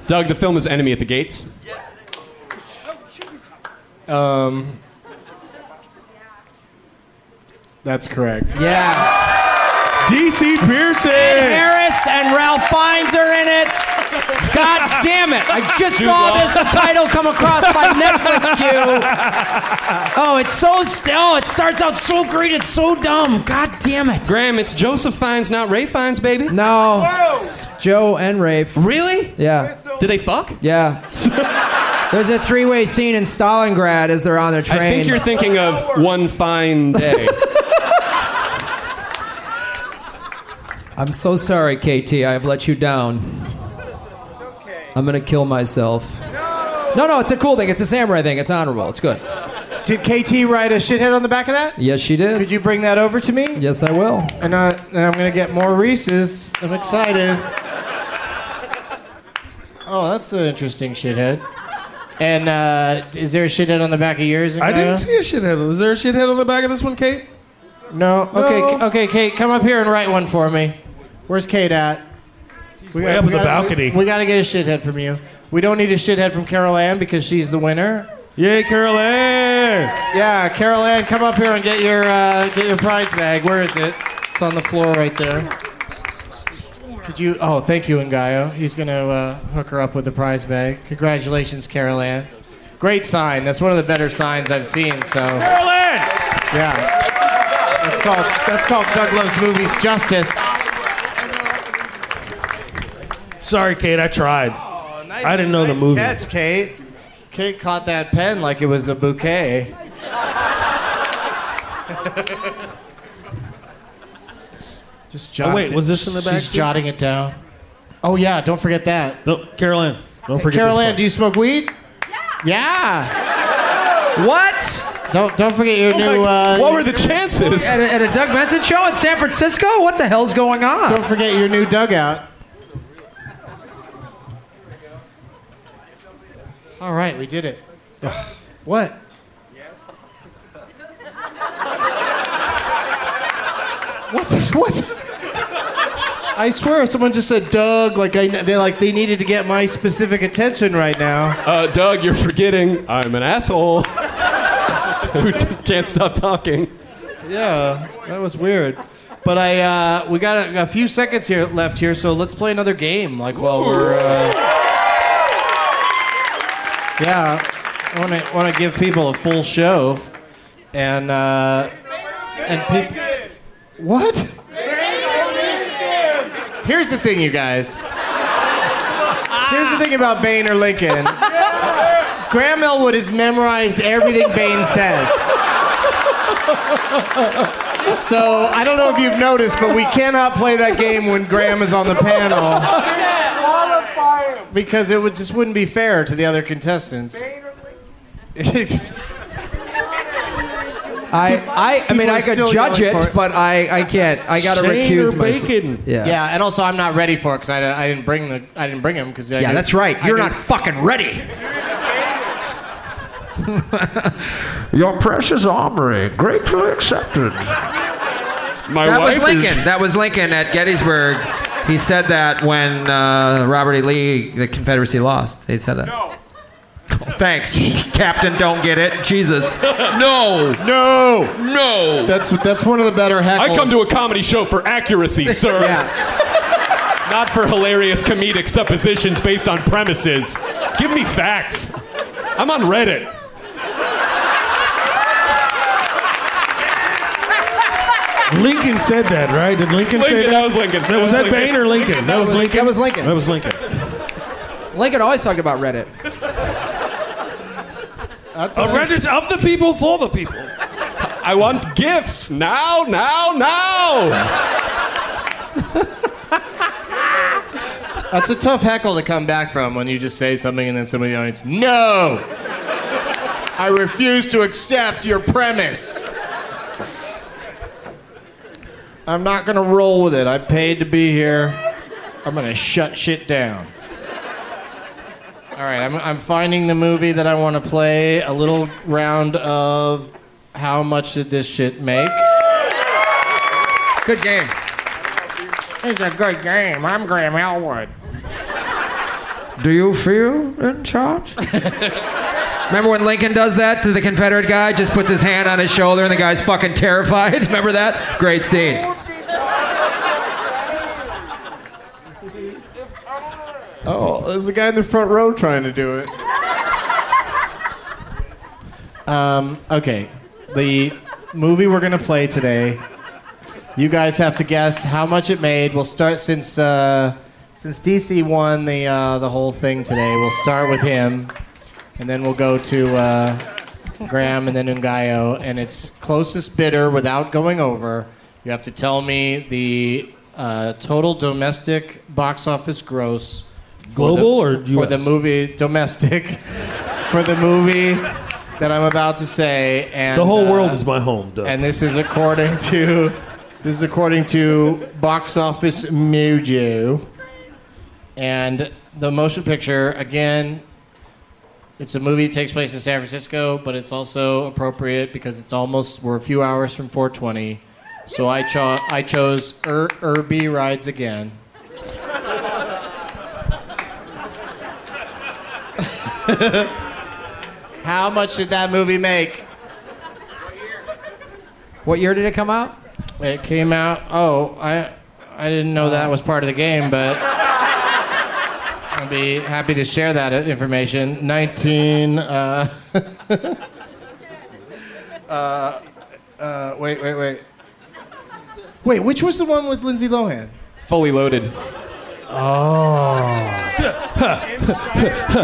Speaker 5: (laughs)
Speaker 6: Doug, the film is Enemy at the Gates.
Speaker 2: Um, that's correct.
Speaker 5: Yeah.
Speaker 4: DC Pearson.
Speaker 14: Harris and Ralph Fiennes are in it.
Speaker 5: God damn it! I just
Speaker 15: Jude
Speaker 5: saw
Speaker 15: Law.
Speaker 5: this title come across my Netflix queue. Oh, it's so st- oh, it starts out so great, it's so dumb. God damn it!
Speaker 6: Graham, it's Joseph Fiennes, not Ray Fiennes, baby.
Speaker 5: No, it's Joe and Rafe.
Speaker 6: Really?
Speaker 5: Yeah.
Speaker 6: Did they fuck?
Speaker 5: Yeah. There's a three-way scene in Stalingrad as they're on their train.
Speaker 6: I think you're thinking of one
Speaker 4: (laughs)
Speaker 6: fine day.
Speaker 5: I'm so sorry, KT. I have let you down. I'm gonna kill myself. No. no, it's a cool thing. It's a samurai thing. It's honorable. It's good.
Speaker 2: Did KT write a shithead on the back of that?
Speaker 5: Yes, she did.
Speaker 2: Could you bring that over to me?
Speaker 5: Yes, I will.
Speaker 2: And, I, and I'm gonna get more Reese's. I'm excited. Oh, that's an interesting shithead. And uh, is there a shithead on the back of yours?
Speaker 4: I didn't
Speaker 2: Ngaya?
Speaker 4: see a shithead. Is there a shithead on the back of this one, Kate?
Speaker 2: No. Okay.
Speaker 4: No.
Speaker 2: K- Okay, Kate, come up here and write one for me. Where's Kate at?
Speaker 4: way up on the
Speaker 2: gotta-
Speaker 4: balcony.
Speaker 2: We, we got to get a shithead from you. We don't need a shithead from Carol Ann because she's the winner.
Speaker 4: Yay, Carol Ann!
Speaker 2: Yeah, Carol Ann, come up here and get your uh, get your prize bag. Where is it? It's on the floor right there. Could you? Oh, thank you, Ngayo. He's gonna uh, hook her up with the prize bag. Congratulations, Carol Ann. Great sign. That's one of the better signs I've seen. So. Carol
Speaker 4: Ann.
Speaker 2: Yeah. That's called that's called Doug Loves Movies Justice.
Speaker 4: Sorry, Kate. I tried.
Speaker 2: Nice-
Speaker 4: I didn't know
Speaker 2: nice
Speaker 4: the movie.
Speaker 2: Catch, Kate. Kate caught that pen like it was a bouquet. Just jot
Speaker 4: Oh, wait,
Speaker 2: it-
Speaker 4: was this in the back
Speaker 2: She's
Speaker 4: too?
Speaker 2: jotting it down. Oh yeah, don't forget that.
Speaker 4: Don't, Carol Ann, don't forget.
Speaker 2: Carol
Speaker 4: this
Speaker 2: Ann,
Speaker 4: part.
Speaker 2: do you smoke weed? Yeah.
Speaker 5: What?
Speaker 2: Don't don't forget
Speaker 4: Oh
Speaker 2: your new. Uh,
Speaker 5: At a, at a Doug Benson show in San Francisco? What the hell's going on?
Speaker 2: Don't forget your new dugout. All right, we did it. what? What's what's? I swear, someone just said Doug. Like I, they like they needed to get my specific attention right now.
Speaker 6: Uh, Doug, you're forgetting I'm an asshole (laughs) who t- can't stop talking.
Speaker 2: Yeah, that was weird. But I, uh, we got a, a few seconds here left here, so let's play another game. Like while we're, uh, yeah, I want to want to give people a full show, and uh, and people, what? Here's the thing, you guys. Here's the thing about Bain or Lincoln. Graham Elwood has memorized everything Bain says. So I don't know if you've noticed, but we cannot play that game when Graham is on the panel because it would just wouldn't be fair to the other contestants. (laughs)
Speaker 5: I, I, I mean,
Speaker 2: People are
Speaker 5: I could
Speaker 2: still
Speaker 5: judge
Speaker 2: yelling
Speaker 5: it,
Speaker 2: for it.
Speaker 5: but I, I can't. I gotta
Speaker 2: Shane
Speaker 5: recuse
Speaker 2: or
Speaker 5: myself.
Speaker 2: Bacon?
Speaker 5: Yeah.
Speaker 2: yeah, and also I'm not ready for it because I, I didn't bring the I didn't bring him because
Speaker 5: Yeah, that's right. You're not fucking ready.
Speaker 16: Your precious armory, gratefully accepted.
Speaker 6: My
Speaker 16: that
Speaker 6: wife
Speaker 16: was
Speaker 6: is-
Speaker 16: Lincoln. That was Lincoln at Gettysburg. He said that when uh, Robert E. Lee, the Confederacy lost. He said that. No. thanks, Captain. Don't get it. Jesus. No.
Speaker 2: No.
Speaker 16: No.
Speaker 2: That's that's one of the better heckles.
Speaker 6: I come to a comedy show
Speaker 4: (laughs)
Speaker 6: for accuracy, sir. Not for hilarious comedic suppositions based on premises. Give me facts. I'm on Reddit.
Speaker 4: Lincoln said that, right? Did Lincoln, say that?
Speaker 6: Lincoln, that was Lincoln.
Speaker 4: That, was that
Speaker 6: That was
Speaker 4: Bain
Speaker 6: Lincoln.
Speaker 4: or Lincoln? That was Lincoln.
Speaker 5: That was Lincoln.
Speaker 4: That was Lincoln.
Speaker 5: Lincoln always talked about Reddit.
Speaker 2: That's
Speaker 4: A record of the people for the people.
Speaker 6: I want gifts now, now, now.
Speaker 2: That's a tough heckle to come back from when you just say something and then somebody in the audience, no! I refuse to accept your premise. I'm not gonna roll with it. I paid to be here. I'm gonna shut shit down. All right, I'm, I'm finding the movie that I wanna play. A little round of how much did this shit make?
Speaker 16: Good game.
Speaker 2: It's a good game. I'm Graham Elwood.
Speaker 16: Do you feel in
Speaker 2: (laughs)
Speaker 16: charge? Remember when Lincoln does that to the Confederate guy? Just puts his hand on his shoulder and the guy's fucking terrified. (laughs) Remember that? Great scene.
Speaker 2: Oh, there's a guy in the front row trying to do it. Um, okay, the movie we're gonna play today. You guys have to guess how much it made. We'll start since uh, since DC won the uh, the whole thing today. We'll start with him, and then we'll go to uh, Graham and then Ungayo, and it's closest bidder without going over. You have to tell me the uh, total domestic box office gross. for the-
Speaker 4: Global or
Speaker 2: for the
Speaker 4: US?
Speaker 2: movie domestic (laughs) for the movie that I'm about to say and uh,
Speaker 4: The whole world is my home, Doug.
Speaker 2: And this is according to this is according to Box Office Mojo. And the motion picture again it's a movie that takes place in San Francisco, but it's also appropriate because it's almost we're a few hours from 420. So I cho- I chose er- Irby Rides Again. (laughs) How much did that movie make?
Speaker 5: What year did it come out?
Speaker 2: It came out. Oh, I I didn't know that was part of the game, but I'd be happy to share that information. 19. Uh, (laughs) uh, uh, wait, wait, wait. Wait, which was the one with Lindsay Lohan?
Speaker 6: Fully loaded.
Speaker 2: Oh.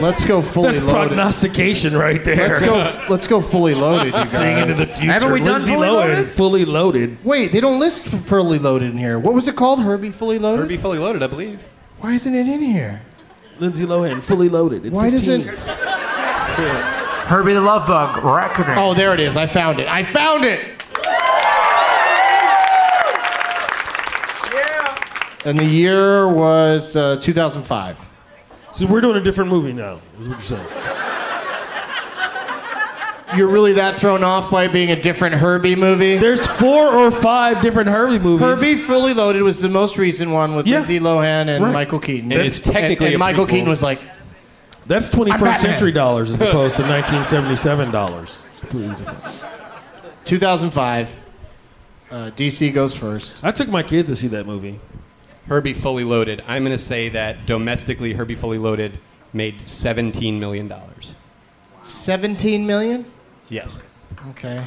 Speaker 2: Let's go fully
Speaker 4: That's
Speaker 2: loaded.
Speaker 4: prognostication right there.
Speaker 2: Let's
Speaker 4: (laughs)
Speaker 2: go. Let's go fully loaded. You (laughs)
Speaker 4: Sing into
Speaker 2: guys.
Speaker 4: the future. Lindsay Lohan, Fully loaded.
Speaker 2: Wait, they don't list f- fully loaded in here. What was it called? Herbie fully loaded.
Speaker 6: Herbie fully loaded, I believe.
Speaker 2: Why isn't it in here?
Speaker 4: Lindsay Lohan, fully loaded. at
Speaker 2: Why
Speaker 4: 15.
Speaker 2: doesn't
Speaker 12: (laughs) Herbie the Love Bug, reckoning.
Speaker 2: Oh, there it is. I found it. I found it. And the year was uh, 2005.
Speaker 4: So we're doing a different movie now. Is what you're saying?
Speaker 2: You're really that thrown off by it being a different Herbie movie?
Speaker 4: There's four or five different Herbie movies.
Speaker 2: Herbie Fully Loaded was the most recent one with Lindsay Lohan and
Speaker 4: Right.
Speaker 2: Michael Keaton.
Speaker 4: And it's technically
Speaker 2: And,
Speaker 4: a
Speaker 2: and Michael
Speaker 4: prequel.
Speaker 2: Keaton was like,
Speaker 4: That's
Speaker 2: I'm
Speaker 4: 21st
Speaker 2: Batman.
Speaker 4: century dollars (laughs) as opposed to 1977 dollars. It's completely different.
Speaker 2: 2005. Uh, DC goes first.
Speaker 4: I took my kids to see that movie.
Speaker 6: Herbie Fully Loaded. I'm going to say that domestically, Herbie Fully Loaded made $17 million.
Speaker 2: 17 million?
Speaker 6: Yes.
Speaker 2: Okay.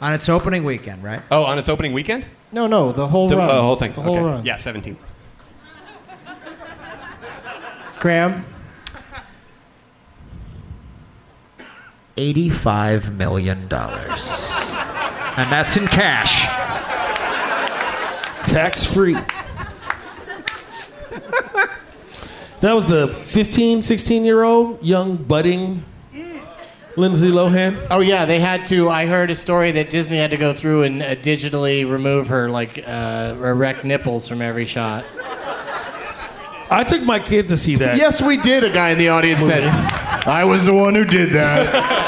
Speaker 5: On its opening weekend, right?
Speaker 6: Oh, on its opening weekend?
Speaker 2: No, no, the whole
Speaker 6: the
Speaker 4: uh,
Speaker 2: run.
Speaker 6: oh, whole thing.
Speaker 2: The whole
Speaker 6: okay.
Speaker 2: run.
Speaker 6: Yeah, 17.
Speaker 2: Graham?
Speaker 12: $85 million. and that's in cash.
Speaker 4: Tax free. That was the 15, 16 year old young budding Lindsay Lohan.
Speaker 2: Oh yeah, they had to. I heard a story that Disney had to go through and uh, digitally remove her like uh, erect nipples from every shot.
Speaker 4: I took my kids to see that.
Speaker 2: Yes, we did. A guy in
Speaker 5: (laughs)
Speaker 2: the audience said, "I was the one who did that."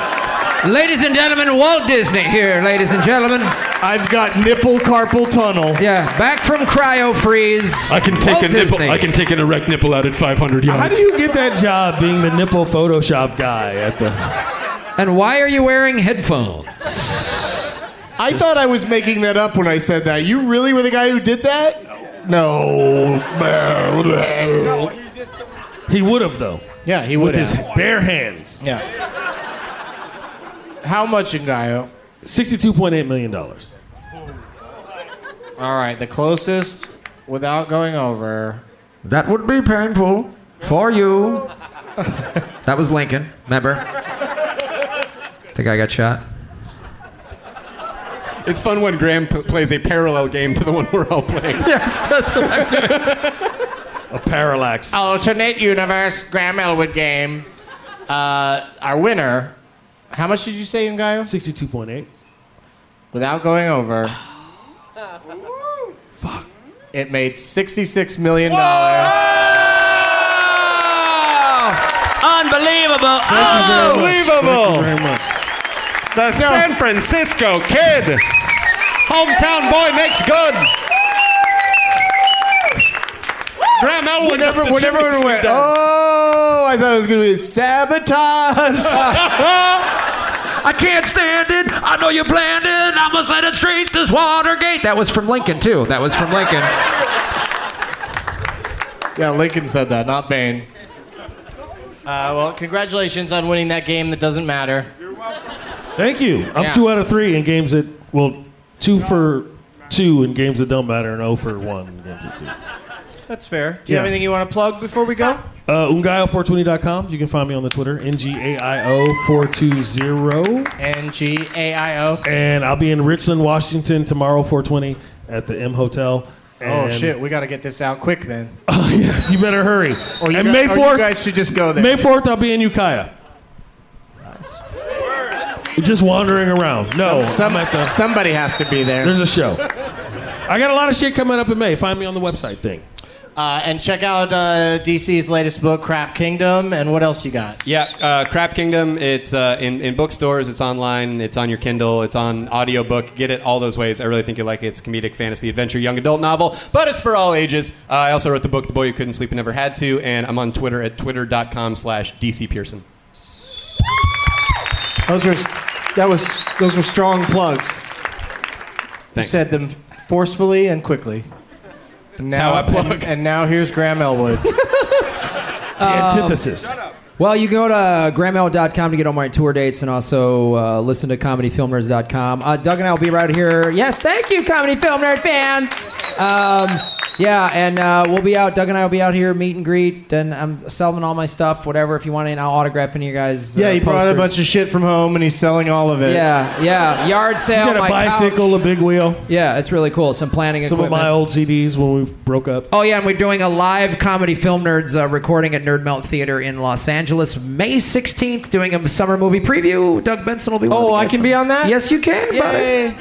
Speaker 16: (laughs)
Speaker 12: Ladies and gentlemen, Walt Disney here, ladies and gentlemen.
Speaker 2: I've got nipple carpal tunnel.
Speaker 12: Yeah, back from cryo freeze. Walt Disney.
Speaker 4: take an erect nipple out at 500 yards. How do you get that job being the nipple Photoshop guy at the?
Speaker 12: And why are you wearing headphones?
Speaker 2: I thought I was making that up when I said that. You really were the guy who did that? No.
Speaker 4: He would have though.
Speaker 2: Yeah, he
Speaker 4: With
Speaker 2: would
Speaker 4: his
Speaker 2: have.
Speaker 4: bare hands.
Speaker 2: Yeah. How much in Gaio?
Speaker 4: Sixty-two point eight million dollars.
Speaker 2: All right, the closest without going over.
Speaker 12: That would be painful for you. that was Lincoln, remember? The guy got
Speaker 1: (laughs)
Speaker 12: shot.
Speaker 6: It's fun when Graham p- plays a parallel game to the one we're
Speaker 2: (laughs)
Speaker 6: all playing.
Speaker 12: Yes, that's what I'm doing.
Speaker 4: A parallax.
Speaker 2: alternate universe Graham Elwood game. Uh, our winner, how much did you say, Ngayo?
Speaker 4: Sixty-two point eight.
Speaker 2: Without going over. Fuck. It made sixty-six million dollars.
Speaker 12: Unbelievable.
Speaker 4: Unbelievable.
Speaker 1: The San Francisco kid. Hometown boy makes good.
Speaker 6: Graham Elwood.
Speaker 2: Whenever, whenever it went, oh, I thought it was gonna be sabotage.
Speaker 12: I can't stand it. I know you planned it. I'm gonna set it straight. This Watergate. That was from Lincoln too. That was from Lincoln.
Speaker 2: (laughs) Yeah, Lincoln said that, not Bain.
Speaker 8: Uh, well, congratulations on winning that game that doesn't matter.
Speaker 4: Thank you. I'm
Speaker 8: Yeah.
Speaker 4: two out of three in games that well, two for two in games that don't matter, and zero for one in games that do.
Speaker 2: That's fair. Do you have
Speaker 4: Yeah.
Speaker 2: anything you want to plug before we go?
Speaker 4: Uh, Ungayo420.com. You can find me on the Twitter, NGAIO420.
Speaker 2: NGAIO.
Speaker 4: And I'll be in Richland, Washington tomorrow, 420, at the M Hotel.
Speaker 2: oh
Speaker 4: And- Oh,
Speaker 2: shit,
Speaker 4: (laughs)
Speaker 2: we got to get this out quick then.
Speaker 4: You better hurry.
Speaker 2: Or Oh, you,
Speaker 4: and
Speaker 2: got-
Speaker 4: May
Speaker 2: or
Speaker 4: 4th,
Speaker 2: you guys should just go there.
Speaker 4: May 4th, I'll be in Ukiah. Just wandering around. No.
Speaker 2: Some- somebody has to be there.
Speaker 4: There's a show. I got a lot of shit coming up in May. Find me on the website thing.
Speaker 2: Uh, and check out uh, DC's latest book, Crap Kingdom, and what else you got?
Speaker 6: Yeah, uh, Crap Kingdom. It's uh, in, in bookstores. It's online. It's on your Kindle. It's on audiobook. Get it all those ways. I really think you'll like it. It's comedic, fantasy, adventure, young adult novel, but it's for all ages. Uh, I also wrote the book, The Boy Who Couldn't Sleep and Never Had to, and I'm on Twitter at twitter.com slash DC Pearson.
Speaker 2: Those are that was those were strong plugs. You
Speaker 6: Thanks.
Speaker 2: said them forcefully and quickly. And
Speaker 6: That's how I plug.
Speaker 2: And, and now here's Graham Elwood.
Speaker 6: Um,
Speaker 4: antithesis.
Speaker 5: Well, you can go to grahamel.com to get all my tour dates and also uh, listen to comedyfilmnerds.com. Uh, Doug and I will be right here. Yes, thank you, Comedy Film Nerd fans. Um, yeah, and uh, we'll be out. Doug and I will be out here, meet and greet, and I'm selling all my stuff, whatever. If you want in, I'll autograph any of you
Speaker 2: (laughs)
Speaker 5: guys.
Speaker 2: yeah,
Speaker 5: uh,
Speaker 2: he brought a
Speaker 5: posters.
Speaker 2: bunch of shit from home and he's selling all of it.
Speaker 5: Yeah, yeah. Yard sale.
Speaker 4: He's got a
Speaker 5: my
Speaker 4: bicycle, a big wheel.
Speaker 5: Yeah, it's really cool. Some planning
Speaker 4: Some of
Speaker 5: equipment.
Speaker 4: my old CDs when we broke up.
Speaker 5: Oh yeah, and we're doing a live comedy film nerds uh, recording at Nerd Melt Theater in Los Angeles, May sixteenth. Doing a summer movie preview. Doug Benson will be.
Speaker 2: Oh, I can be on that?
Speaker 5: Yes, you can, buddy.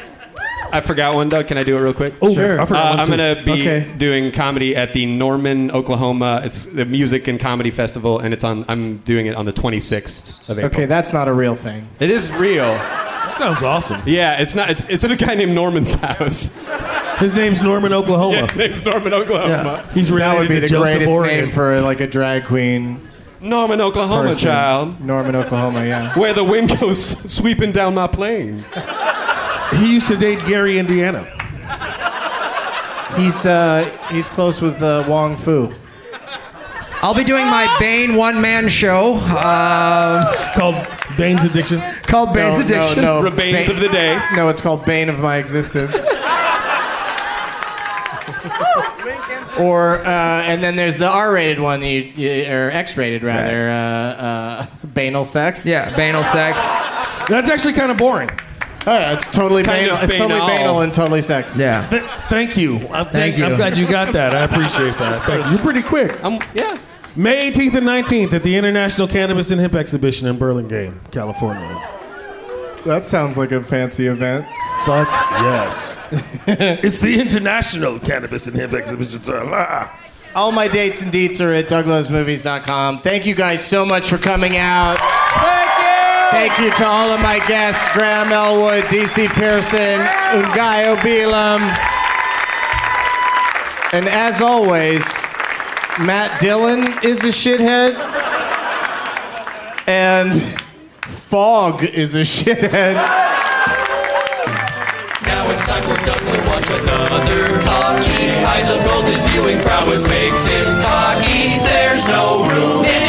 Speaker 6: I forgot one, Doug. Can I do it real quick?
Speaker 5: Oh, Sure. I forgot
Speaker 6: Uh,
Speaker 5: one,
Speaker 6: I'm
Speaker 5: too.
Speaker 6: going to be
Speaker 5: Okay.
Speaker 6: doing comedy at the Norman, Oklahoma. It's the music and comedy festival, and it's on. I'm doing it on the 26th of April.
Speaker 2: Okay, that's not a real thing.
Speaker 6: It is real.
Speaker 4: That
Speaker 5: (laughs)
Speaker 4: sounds awesome.
Speaker 6: Yeah, it's not. It's, it's at a guy named Norman's house.
Speaker 2: (laughs)
Speaker 4: His name's Norman, Oklahoma.
Speaker 6: his name's Norman, Oklahoma.
Speaker 4: He's
Speaker 2: that
Speaker 4: related
Speaker 2: would be
Speaker 4: to
Speaker 2: the
Speaker 4: Joseph
Speaker 2: greatest
Speaker 4: Oregon.
Speaker 2: name for like a drag queen.
Speaker 6: Norman, Oklahoma,
Speaker 2: person.
Speaker 6: child.
Speaker 2: Norman, Oklahoma. Yeah.
Speaker 6: Where the wind goes (laughs) sweeping down my plane.
Speaker 4: He used to date Gary, Indiana.
Speaker 2: He's uh, he's close with uh, Wong Fu.
Speaker 5: I'll be doing my Bane one man show uh,
Speaker 4: called Bane's Addiction.
Speaker 5: Called Bane's
Speaker 2: No, no,
Speaker 5: Addiction.
Speaker 2: no.
Speaker 6: Rebanes of the day.
Speaker 2: No, it's called Bane of My
Speaker 5: (laughs)
Speaker 2: Existence. or uh, and then there's the R-rated one, that you, you, or X-rated rather, uh, uh, banal sex.
Speaker 5: Yeah, banal sex.
Speaker 4: That's actually kind of boring.
Speaker 2: Oh, yeah, it's totally
Speaker 4: It's kind
Speaker 2: banal.
Speaker 4: of
Speaker 2: It's totally
Speaker 4: banal.
Speaker 2: banal and totally sex.
Speaker 5: Yeah.
Speaker 4: Th- thank you. I'm
Speaker 2: Thank you.
Speaker 4: I'm glad you got that. I appreciate that. Thank you. You're pretty quick.
Speaker 6: I'm, yeah.
Speaker 4: May 18th and 19th at the International Cannabis and Hemp Exhibition in Burlingame, California.
Speaker 2: That sounds like a fancy event.
Speaker 4: Fuck
Speaker 2: (laughs)
Speaker 4: yes. it's the International Cannabis and Hemp Exhibition. So, ah.
Speaker 2: All my dates and deets are at douglovesmovies.com. Thank you guys so much for coming out. Thank you! Thank you to all of my guests, Graham Elwood, DC Pearson, Ungayo Belam. And as always, Matt Dillon is a shithead. And Fog is a shithead.
Speaker 1: Now it's time for Doug to watch another hockey. Eyes of gold, his viewing prowess makes him cocky. There's no room in